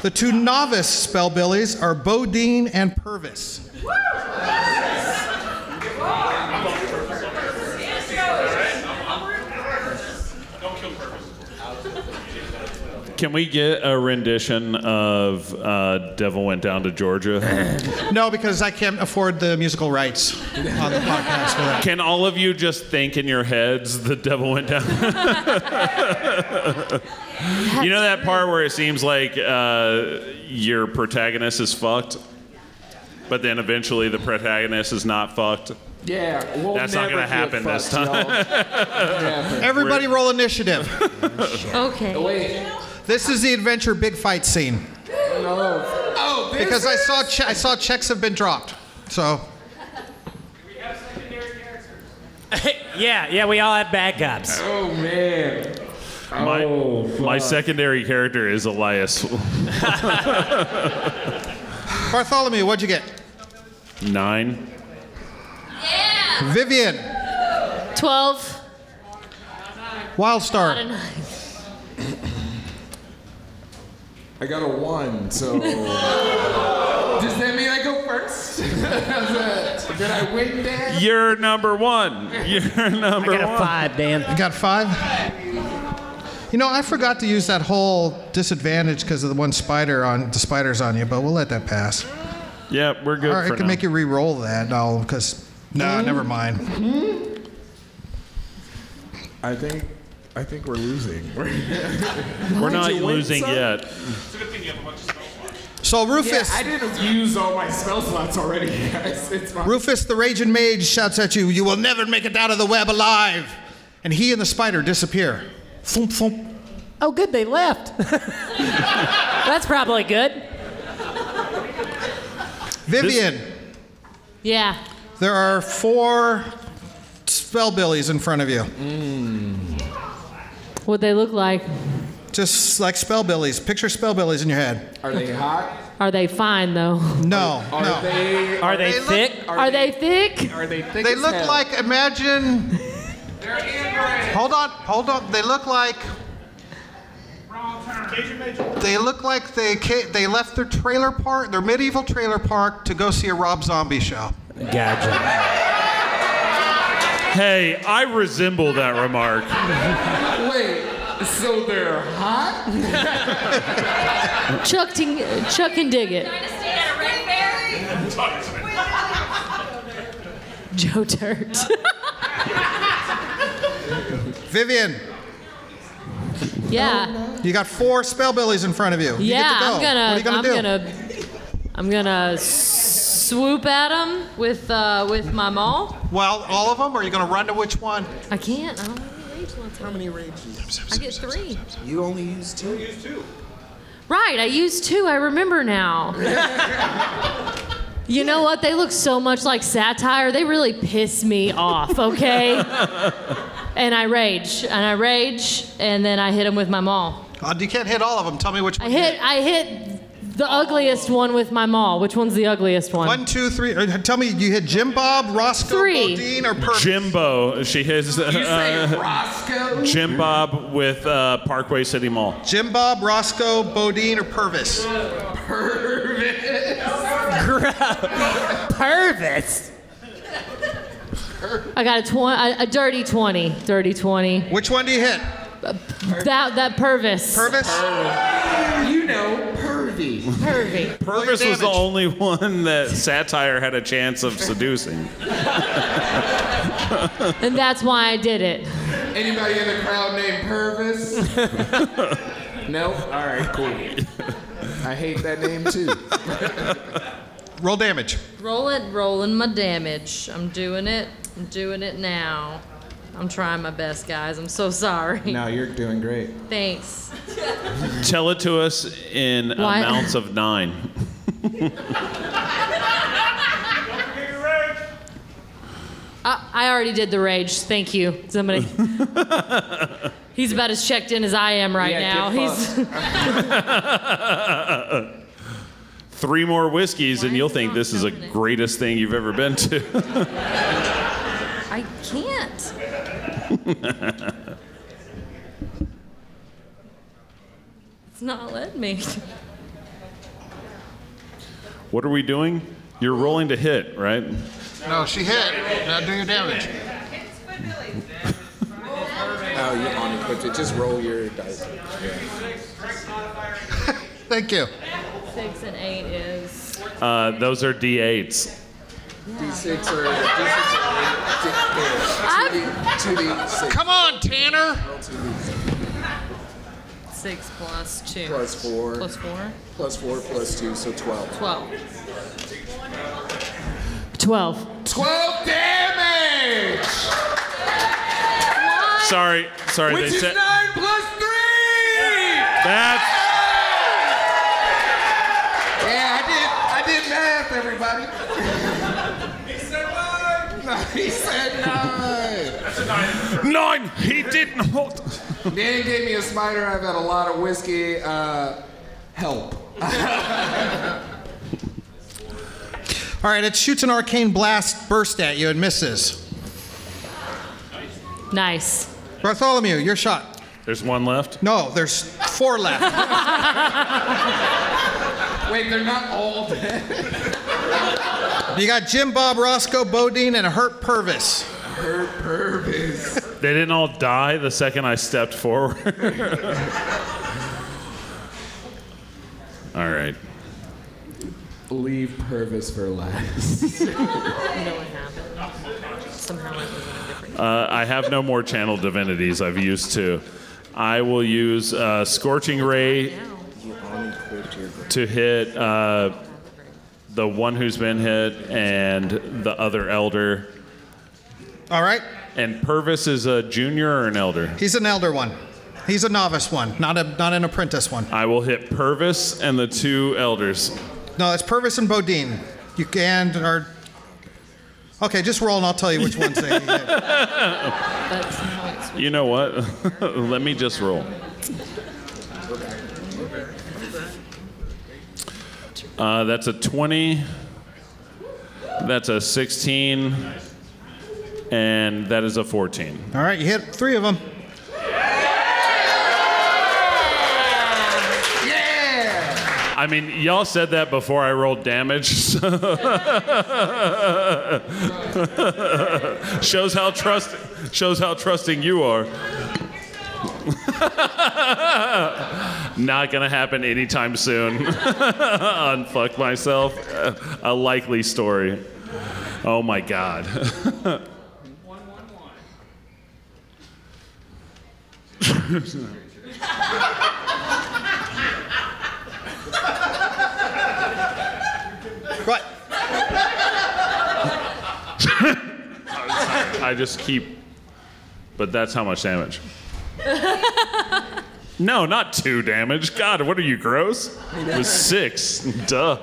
S3: The two novice spellbillies are Bodine and Purvis.
S8: Can we get a rendition of uh, "Devil Went Down to Georgia"?
S3: No, because I can't afford the musical rights on the podcast for that.
S8: Can all of you just think in your heads the devil went down? you know that part where it seems like uh, your protagonist is fucked, but then eventually the protagonist is not fucked.
S7: Yeah, we'll
S8: That's not
S7: never
S8: gonna
S7: get
S8: happen this
S7: fucked,
S8: time.
S7: y'all. Never.
S3: Everybody roll initiative.
S5: Okay.
S7: Wait.
S3: This is the adventure big fight scene
S7: No. Oh, this
S3: because I saw che- I saw checks have been dropped. So
S4: yeah, yeah, we all have backups.
S7: Oh man.
S8: My,
S7: Oh,
S8: my
S7: fuck.
S8: secondary character is Elias.
S3: Bartholomew, what'd you get?
S8: Nine.
S3: Vivian,
S5: 12. Not a
S3: Wildstar,
S5: nine.
S7: I got a one, so. Does that mean I go first? Did I win that?
S8: You're number one. You're
S4: I
S8: number
S4: got a
S8: one.
S4: five, Dan.
S3: you got five. You know, I forgot to use that whole disadvantage because of the one spider on the spiders on you, but we'll let that pass.
S8: Yeah, we're good
S3: All right, I
S8: for
S3: can
S8: now.
S3: make you re-roll that. No, because no, never mind.
S7: I think. I think we're losing.
S8: we're not
S7: you win
S8: losing
S7: some?
S8: yet.
S3: So
S7: Yeah,
S3: Rufus,
S7: I didn't use all my spell slots already, guys. It's fine.
S3: Rufus the Raging Mage shouts at you, You will never make it out of the web alive! And he and the spider disappear. Thump, thump.
S4: Oh, good, they left. That's probably good.
S3: Vivian,
S5: Yeah.
S3: there are four spellbillies in front of you.
S5: What they look like?
S3: Just like spellbillies. Picture spellbillies in your head.
S7: Are they hot?
S5: Are they fine though?
S3: No,
S7: Are
S3: no.
S7: they?
S4: Are they
S3: look-
S4: thick?
S5: Are, they, thick?
S7: Are they thick?
S3: They
S7: as
S3: look
S7: hell?
S3: like, imagine. Hold on, hold on. They look like They look like they ca- they left their trailer park, their medieval trailer park, to go see a Rob Zombie show.
S4: Gotcha.
S8: Hey, I resemble that remark.
S7: Wait, so they're hot?
S5: Chuck, ting- Chuck can dig it. Joe Dirt.
S3: Vivian,
S5: yeah.
S3: you got four spellbillies in front of you. You
S5: Yeah,
S3: get to go.
S5: I'm gonna.
S3: What are you gonna
S5: I'm
S3: do?
S5: gonna. I'm gonna s- swoop at him with uh, with my maul.
S3: Well, all of them, or are you gonna run to which one?
S5: I can't. I don't have any rage left. How many rage? I get three.
S14: You only use two. You use two.
S5: Right, I used two. I remember now. you know what? They look so much like satire. They really piss me off. Okay. and I rage, and I rage, and then I hit him with my maul.
S3: Uh, you can't hit all of them. Tell me which
S5: I
S3: one.
S5: hit. I hit the ugliest one with my maul. Which one's the ugliest one?
S3: One, two, three. uh, Tell me, you hit Jim Bob, Roscoe,
S5: Three.
S3: Bodine, or Purvis?
S8: Jimbo, she his. You
S3: say
S7: Roscoe?
S8: Jim Bob with uh, Parkway City Mall.
S3: Jim Bob, Roscoe, Bodine, or Purvis?
S4: Purvis.
S5: I got a, tw- a, a dirty 20. Dirty 20.
S3: Which one do you hit?
S5: That, that Purvis.
S3: Purvis?
S7: You know, pervy.
S5: Pervy.
S8: Purvis was the
S7: damage.
S8: only one that satire had a chance of seducing.
S5: And that's why I did it.
S7: Anybody in the crowd named Purvis? no? All right, cool. I hate that name too.
S3: Roll damage.
S5: Roll it, rolling my damage. I'm doing it. I'm doing it now. I'm trying my best, guys. I'm so sorry.
S7: No, you're doing great.
S5: Thanks.
S8: Tell it to us in
S5: Why-
S8: amounts of nine.
S5: I, I already did the rage. Thank you, somebody. He's about as checked in as I am right now.
S7: Yeah, get
S5: He's
S8: Three more whiskeys, and you'll think this is the greatest thing you've ever been to.
S5: I can't. It's not letting me.
S8: what are we doing? You're rolling to hit, right?
S3: No, she hit. Now do your damage.
S7: Oh, you're on equipped. Just roll your dice.
S3: Thank you.
S5: Six and eight is.
S8: Uh, those are D8s.
S7: D6 or D6 or 2D6.
S3: Come on, Tanner.
S7: Roll 2D6.
S5: Six plus two.
S7: Plus four.
S5: Plus four.
S7: Plus 4 plus 2, so 12.
S5: Twelve. Twelve.
S7: 12 damage!
S8: Sorry, sorry.
S7: Which
S8: they
S7: is
S8: said
S7: 9 plus 3!
S8: that's
S7: Yeah, I did. I did math, everybody. he said nine. No, he said nine.
S8: nine. He didn't hold.
S7: Dan gave me a spider. I've had a lot of whiskey. Uh, help.
S3: All right, it shoots an arcane blast burst at you and misses.
S5: Nice.
S3: Bartholomew, your shot.
S8: There's one left.
S3: No, there's four left.
S7: Wait, they're not all dead.
S3: You got Jim Bob, Roscoe, Bodine, and a hurt Purvis.
S7: Her purpose.
S8: They didn't all die the second I stepped forward. all right.
S7: Leave Purvis for last.
S5: No one happened. Somehow it was on a different.
S8: Uh, I have no more channel divinities. I've used two. I will use uh, Scorching Ray to hit uh, the one who's been hit and the other elder.
S3: All right,
S8: And Purvis is a junior or an elder?
S3: he's an elder one. He's a novice one, not a not an apprentice one.
S8: I will hit Purvis and the two elders.
S3: No, it's Purvis and Bodine. You and are. Okay, just roll and I'll tell you which one's they hit.
S5: That's how it's.
S8: You know what? Let me just roll. Uh, that's a 20. That's a 16. And that is a 14.
S3: All right, you hit three of them.
S8: I mean, y'all said that before I rolled damage. so- shows how trust shows how trusting you are. Not gonna happen anytime soon. Unfuck myself. A likely story. Oh my god.
S3: What?
S8: I just keep. But that's how much damage. No, not two damage. God, what are you gross? It was six. Duh.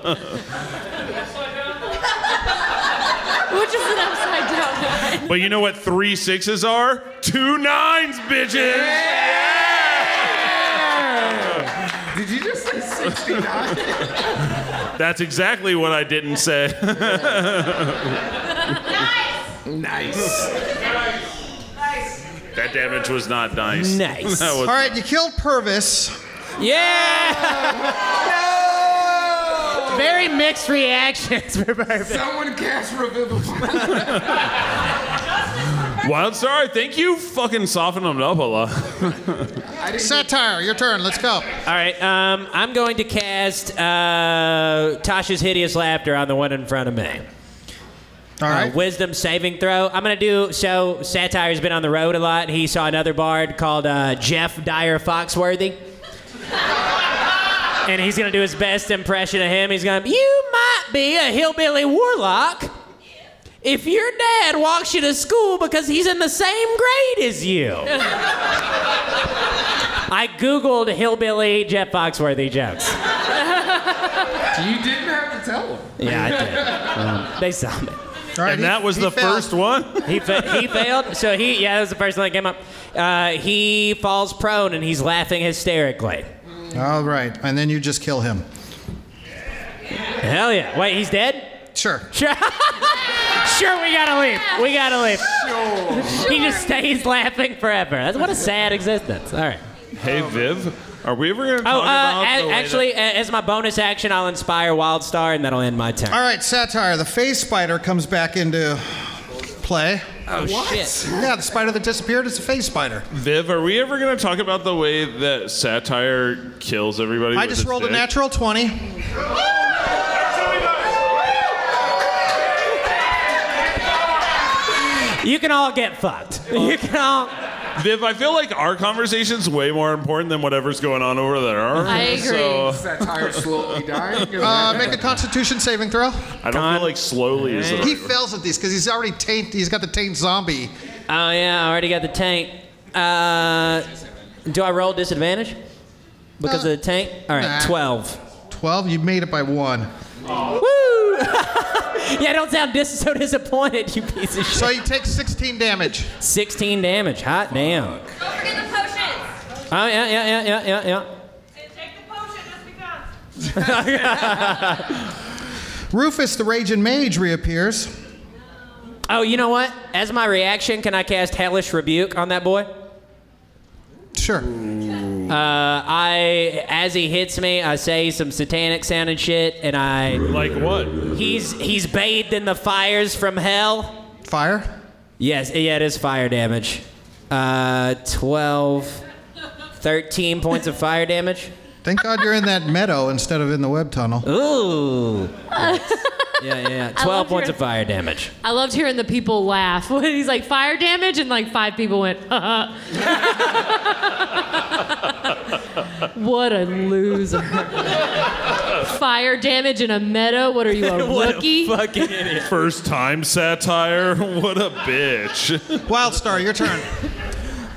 S5: Which is an upside down nine.
S8: But you know what three sixes are? Two nines, bitches!
S7: Did you just say 69?
S8: That's exactly what I didn't say.
S7: nice.
S8: That damage was not nice.
S4: Nice.
S8: That
S3: All
S8: was-
S3: right, you killed Purvis.
S4: Yeah! Very mixed reactions for Purvis.
S7: Someone cast revivify.
S8: Well, I'm sorry. Thank you. Fucking softened them up a lot.
S3: Satire, your turn. Let's go.
S4: All right, um, I'm going to cast uh, Tasha's Hideous Laughter on the one in front of me.
S8: Uh,
S3: All
S4: right. Uh, wisdom saving throw. I'm going to do so. Satire's been on the road a lot. He saw another bard called uh, Jeff Dyer Foxworthy. and he's going to do his best impression of him. He's going to, You might be a hillbilly warlock if your dad walks you to school because he's in the same grade as you. I Googled hillbilly Jeff Foxworthy jokes.
S7: You didn't have to tell him.
S4: Yeah, I did. Um, they saw me.
S8: and that was the first one?
S4: He, fa- he failed. So he, yeah, that was the first one that came up. Uh, he falls prone and he's laughing hysterically.
S3: All right, and then you just kill him.
S4: Hell yeah. Wait, he's dead?
S3: Sure.
S4: Sure. sure, we gotta leave. We gotta leave. He just stays laughing forever. That's what a sad existence. All right.
S8: Hey, Viv, are we ever going to
S4: Oh,
S8: talk
S4: uh,
S8: about the
S4: a-
S8: way
S4: actually, a- as my bonus action, I'll inspire Wildstar, and that'll end my turn.
S3: All right, satire. The face spider comes back into play.
S8: Oh, What? shit.
S3: Yeah, the spider that disappeared is a face spider.
S8: that- Viv, are we ever going to talk about the way that satire kills everybody?
S3: I
S8: with
S3: just
S8: its
S3: rolled a
S8: dick?
S3: natural 20.
S4: You can all get fucked.
S8: Oh.
S4: You can all.
S8: Viv, I feel like our conversation's way more important than whatever's going on over there.
S5: I agree.
S7: Oh.
S8: So,
S7: Satire slowly dying.
S3: Uh, make a constitution saving throw.
S8: I don't feel like slowly is the
S3: He
S8: right word.
S3: fails at these because he's already taint. He's got the taint zombie.
S4: Oh yeah, I already got the tank. Uh, do I roll disadvantage because of the tank? All right,
S3: nah.
S4: twelve.
S3: 12, you made it by one.
S4: Woo! yeah, don't sound dis- so disappointed, you piece of shit.
S3: So you take 16 damage.
S4: 16 damage. Hot damn.
S11: Don't forget the potions.
S4: Oh yeah, yeah, yeah, yeah, yeah,
S11: And take the potion just because.
S3: Rufus the Raging Mage reappears.
S4: yeah. Oh, you know what? As my reaction, can I cast Hellish Rebuke on that boy?
S3: Sure.
S4: Uh, I, as he hits me, I say some satanic sounding shit, and I
S8: Like what?
S4: He's he's bathed in the fires from hell.
S3: Fire?
S4: Yes, yeah, it is fire damage. Uh, 12, 13 points of fire damage.
S3: Thank God you're in that meadow instead of in the web tunnel.
S4: Ooh. Yeah, yeah, yeah. 12
S5: love your-
S4: points of fire damage.
S5: I loved hearing the people laugh. When he's like fire damage, and like five people went, uh What a loser. fire damage in a meadow. What are you, a rookie?
S4: fucking idiot.
S8: First time satire? What a bitch.
S3: Wildstar, your turn.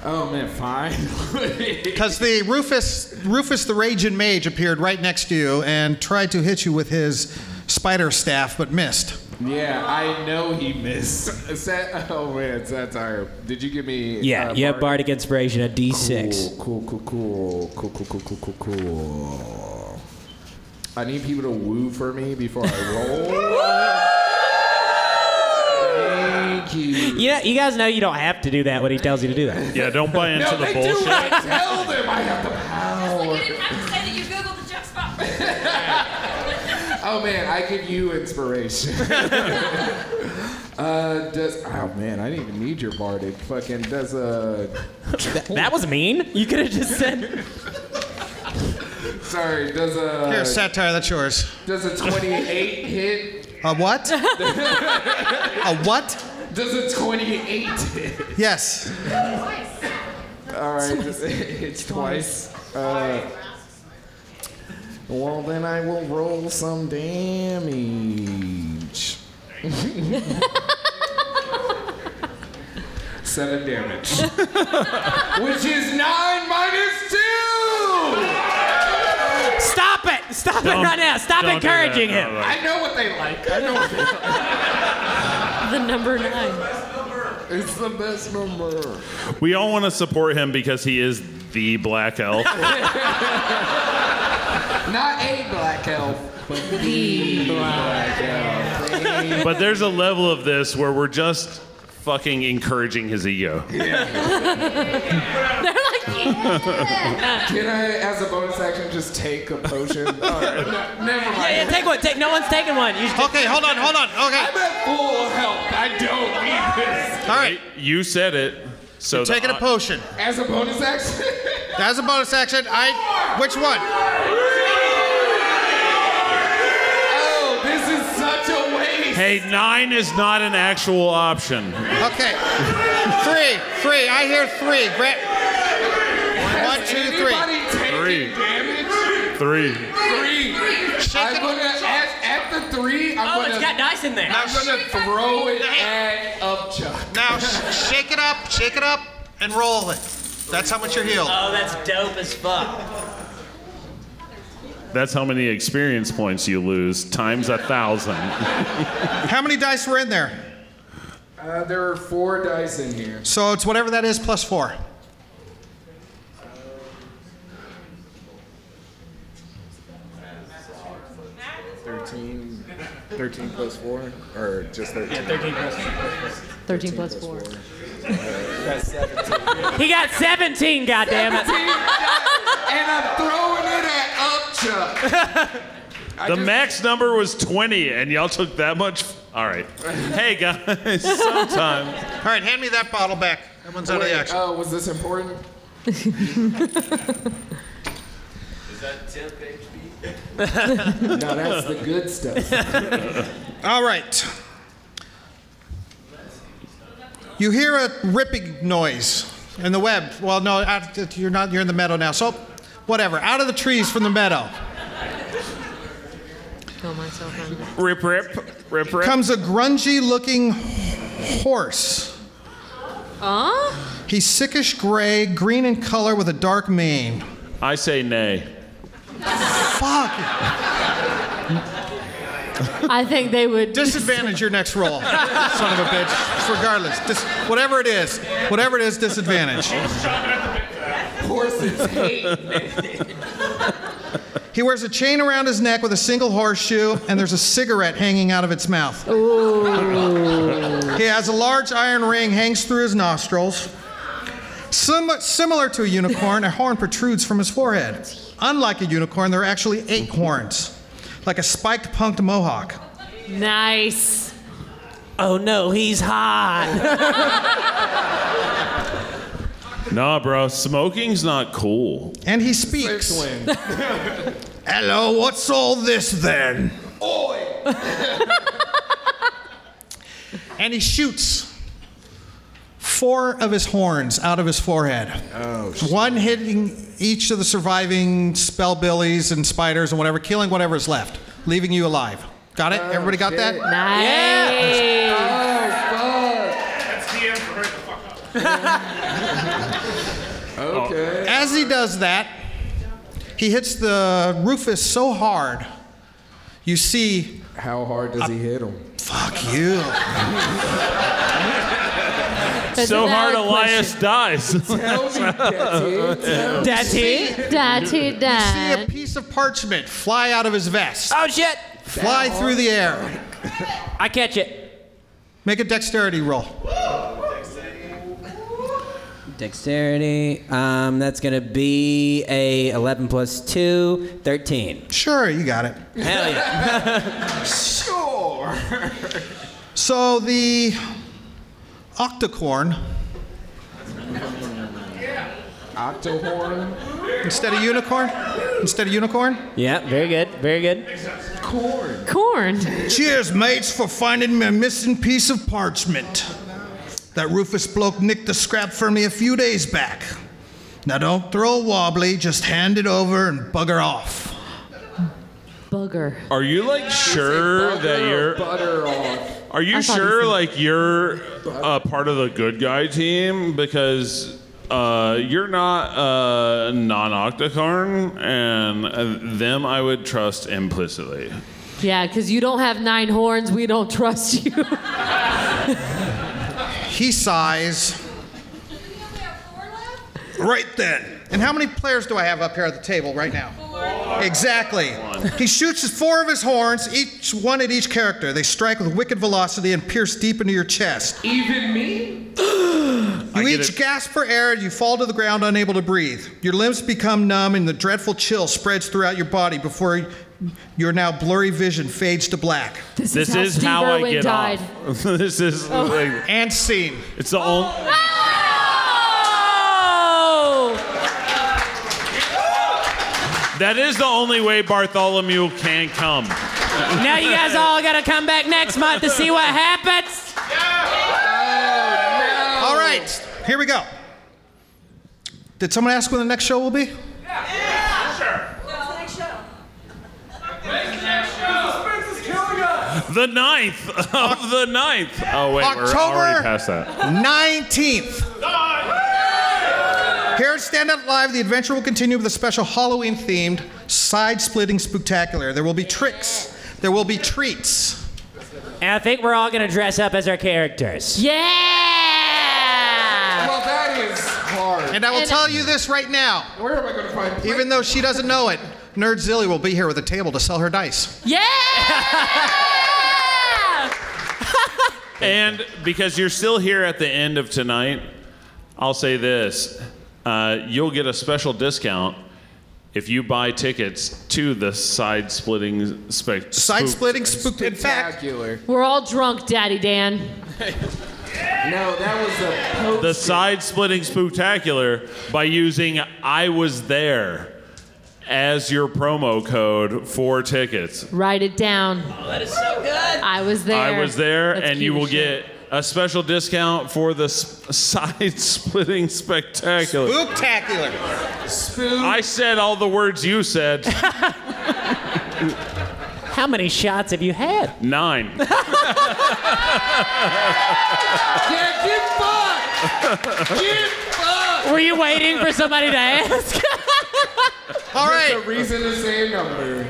S7: Oh man, fine.
S3: Because the Rufus, Rufus the Raging Mage appeared right next to you and tried to hit you with his spider staff, but missed.
S7: yeah, I know he missed. Sat- oh man, satire. Did you give me?
S4: Yeah,
S7: uh,
S4: you have
S7: Bard?
S4: bardic inspiration at d6.
S7: Cool, cool, cool, cool, cool, cool, cool, cool, cool, cool. I need people to woo for me before I roll. Thank you.
S4: You, know, you guys know you don't have to do that when he tells you to do that.
S8: Yeah, don't buy into
S7: No,
S8: the
S7: they do.
S8: bullshit.
S7: I tell them I have the
S11: Like you
S7: power.
S11: didn't have to say that you googled the junk spot
S7: Oh man, I give you inspiration. uh, does oh man, I didn't even need your bardic. Fucking does uh
S4: that, that was mean. You could have just said.
S7: Sorry, does a
S3: Here, satire, that's yours.
S7: does a 28 hit?
S3: A what? a what?
S7: Does a 28 hit?
S3: Yes.
S7: All right, it's twice. Uh, well, then I will roll some damage. Seven damage. Which is nine minus two!
S4: Stop it! Stop
S8: Um,
S4: it right now! Stop encouraging him!
S7: I know what they like. I know what they like.
S5: the number nine.
S7: It's the best number.
S8: We all want to support him because he is the black elf.
S7: Not a black elf, but the black elf.
S8: but there's a level of this where we're just fucking encouraging his ego.
S5: They're like, yeah.
S7: Can I, as a bonus action, just take a potion? All right, no, never mind.
S4: Yeah, yeah, take one. Take, no one's taking one. You
S3: okay, hold on, hold on. Okay.
S7: I'm at full health. I don't need this.
S3: All right.
S8: You said it. So
S3: You're
S8: the
S3: taking a
S8: o-
S3: potion.
S7: As a bonus action?
S3: That's a bonus action. I. Which one?
S7: oh, this is such a waste.
S8: Hey, nine is not an actual option.
S3: Okay. Three. Three. I hear three. Grant. One, two, three.
S7: Anybody taking
S8: Three.
S7: damage?
S8: Three.
S7: Three. I'm gonna at, at the three. I'm
S4: Oh,
S7: gonna,
S4: it's got dice in there.
S7: I'm gonna throw it at Upchuck.
S3: Now sh- shake it up. Shake it up and roll it. That's how much you're healed.
S4: Oh, that's dope as fuck.
S8: That's how many experience points you lose times a thousand.
S3: How many dice were in there?
S7: Uh, there are four dice in here.
S3: So it's whatever that is plus four.
S7: Thirteen. Thirteen plus four, or just thirteen.
S5: 13 plus 4.
S7: That's seventeen.
S4: He got 17, goddammit.
S7: Seventeen dice, and I'm throwing it at Upchuck.
S8: The max number was 20, and y'all took that much? All right. Hey, guys, sometimes.
S3: All right, hand me that bottle back. That one's out of the
S7: Wait,
S3: action.
S7: uh, was this important? Is that tip HP? no, that's the good stuff.
S3: All right. You hear a ripping noise in the web. Well, no, out- you're not. You're in the meadow now. So, whatever. Out of the trees from the meadow
S5: Kill myself on that.
S8: Rip, rip, rip, rip.
S3: comes a grungy-looking horse.
S5: Huh?
S3: He's sickish gray, green in color, with a dark mane.
S8: I say nay.
S3: Fuck.
S5: I think they would.
S3: Disadvantage your next roll, son of a bitch. Regardless, dis- whatever it is, whatever it is, disadvantage.
S7: Horses hate
S3: He wears a chain around his neck with a single horseshoe, and there's a cigarette hanging out of its mouth. He has a large iron ring hangs through his nostrils. Sim- similar to a unicorn, a horn protrudes from his forehead. Unlike a unicorn, there are actually eight horns, like a spiked punked mohawk.
S5: Nice.
S4: Oh no, he's hot.
S8: Nah, bro, smoking's not cool.
S3: And he speaks.
S7: twins.
S3: Hello, what's all this then?
S7: Oi!
S3: And he shoots four of his horns out of his forehead. Oh, One hitting each of the surviving spellbillies and spiders and whatever, killing whatever's left, leaving you alive. Got it? Everybody got that?
S5: Nice.
S7: Oh, fuck! Okay.
S3: As he does that, he hits the Rufus so hard, you see,
S7: How hard does he hit him?
S3: fuck you.
S5: That's
S8: so
S5: a
S8: hard,
S5: valid
S8: Elias dies.
S7: Tell me, Daddy.
S4: Daddy.
S5: question. Daddy,
S3: See a
S5: dad.
S3: piece of parchment fly out of his vest,
S11: Ah.
S4: Oh shit!
S3: fly through the air.
S4: I catch it.
S3: Make a dexterity roll.
S4: Dexterity. Um, that's going to be a 11 plus 2, 13.
S3: Sure, you got it.
S4: Hell yeah.
S7: sure.
S3: So the octocorn,
S7: Octohorn.
S3: instead of unicorn, instead of unicorn.
S4: Yeah, very good, very good.
S7: Corn.
S5: Corn.
S15: Cheers, mates, for finding me a missing piece of parchment.
S3: That Rufus bloke nicked the scrap from me a few days back. Now don't throw wobbly, just hand it over and bugger off.
S5: Bugger.
S8: Are you like sure that you're?
S7: Butter off.
S8: Are you
S5: I thought he
S8: sure
S5: said-
S8: like you're a part of the good guy team because uh, you're not uh, non-octocorn and uh, them I would trust implicitly.
S5: Yeah, because you don't have nine horns. We don't trust you.
S3: He sighs. Right then. And how many players do I have up here at the table right now? Exactly. He shoots four of his horns, each one at each character. They strike with wicked velocity and pierce deep into your chest.
S7: Even me?
S3: You each gasp for air and you fall to the ground unable to breathe. Your limbs become numb and the dreadful chill spreads throughout your body before your now blurry vision fades to black.
S8: This, is, how, I get off. this is
S5: Oh.
S8: like,
S3: and scene.
S8: It's the only.
S4: Oh!
S8: That is the only way Bartholomew can come.
S4: now you guys all got to come back next month to see what happens.
S3: All right, here we go. Did someone ask when the next show will be?
S8: The ninth of the ninth. Oh wait, we're
S3: October
S8: already past that.
S3: 19th. Here at Stand Up Live, the adventure will continue with a special Halloween themed side splitting spectacular. There will be tricks, there will be treats.
S4: And I think we're all going to dress up as our characters.
S5: Yeah!
S7: Well, that is hard.
S3: And I will tell you this right now.
S7: Where am I going to find play-
S3: Even though she doesn't know it, Nerd Zilly will be here with a table to sell her dice.
S5: Yeah!
S8: And because you're still here at the end of tonight, I'll say this: uh, you'll get a special discount if you buy tickets to the side splitting spec.
S3: Side
S8: spook-
S3: splitting spooked. In fact,
S7: Spectacular.
S5: We're all drunk, Daddy Dan.
S7: No, that was a post.
S8: The side splitting spectacular by using "I was there" as your promo code for tickets.
S5: Write it down. Oh, that is so good. I was there.
S8: I was there,
S5: That's
S8: and
S5: cute
S8: you
S5: as
S8: will
S5: shit.
S8: get a special discount for the s- side splitting spectacular.
S3: Spooktacular.
S8: I said all the words you said.
S4: How many shots have you had?
S8: Nine.
S7: Yeah, get fucked! Get fucked!
S4: Were you waiting for somebody to ask?
S3: All
S7: There's
S3: right.
S7: a reason to say a number.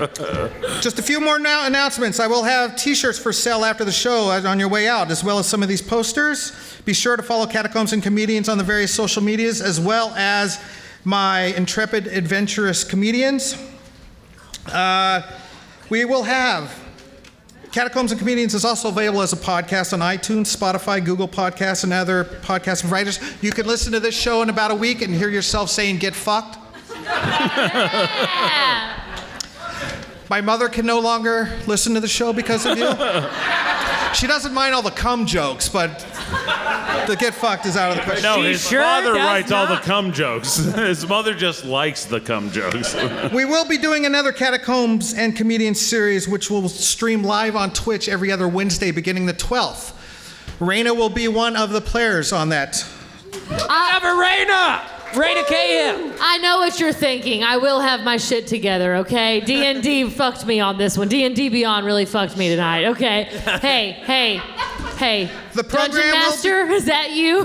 S3: Just a few more now- announcements. I will have T-shirts for sale after the show as- on your way out, as well as some of these posters. Be sure to follow Catacombs and Comedians on the various social medias, as well as my intrepid adventurous comedians. Uh, we will have Catacombs and Comedians is also available as a podcast on iTunes, Spotify, Google Podcasts, and other podcast providers. You can listen to this show in about a week and hear yourself saying "Get fucked." My mother can no longer listen to the show because of you. she doesn't mind all the cum jokes, but the get fucked is out of the question.
S8: No,
S4: She
S8: his
S4: sure
S8: father
S4: does
S8: writes all the
S4: not.
S8: cum jokes. his mother just likes the cum jokes.
S3: We will be doing another Catacombs and Comedians series, which will stream live on Twitch every other Wednesday beginning the 12th. Raina will be one of the players on that.
S4: Raina! Raina KM!
S5: I know what you're thinking. I will have my shit together, okay? D&D fucked me on this one. D&D Beyond really fucked me tonight, okay? Hey, hey, hey.
S3: The
S5: Dungeon
S3: program will be-
S5: Master, is that you?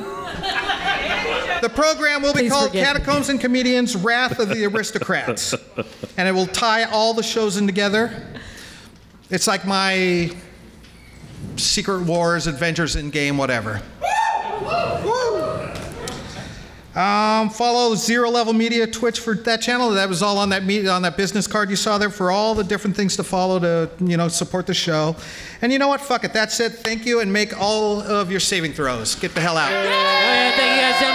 S3: The program will be
S5: Please
S3: called
S5: forgive me.
S3: Catacombs and Comedians Wrath of the Aristocrats. and it will tie all the shows in together. It's like my Secret Wars, Adventures in Game, whatever. Um, follow Zero Level Media Twitch for that channel. That was all on that media, on that business card you saw there for all the different things to follow to you know support the show. And you know what? Fuck it. That's it. Thank you, and make all of your saving throws. Get the hell out.
S4: All right, Thank you guys so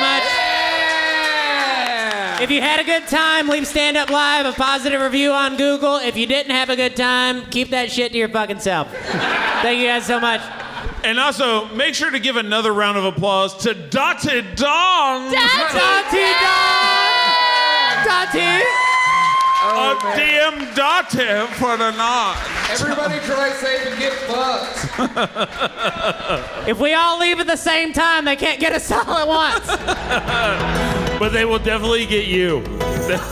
S4: much. If you had a good time, leave Stand Up Live a positive review on Google. If you didn't have a good time, keep that shit to your fucking self. Thank you guys so much.
S8: And also, make sure to give another round of applause to Dotted Dong.
S4: Dotted Dong! Dotted!
S8: A DM Dotted for the nod.
S7: Everybody try safe and get fucked.
S4: If we all leave at the same time, they can't get us all at once.
S8: but they will definitely get you.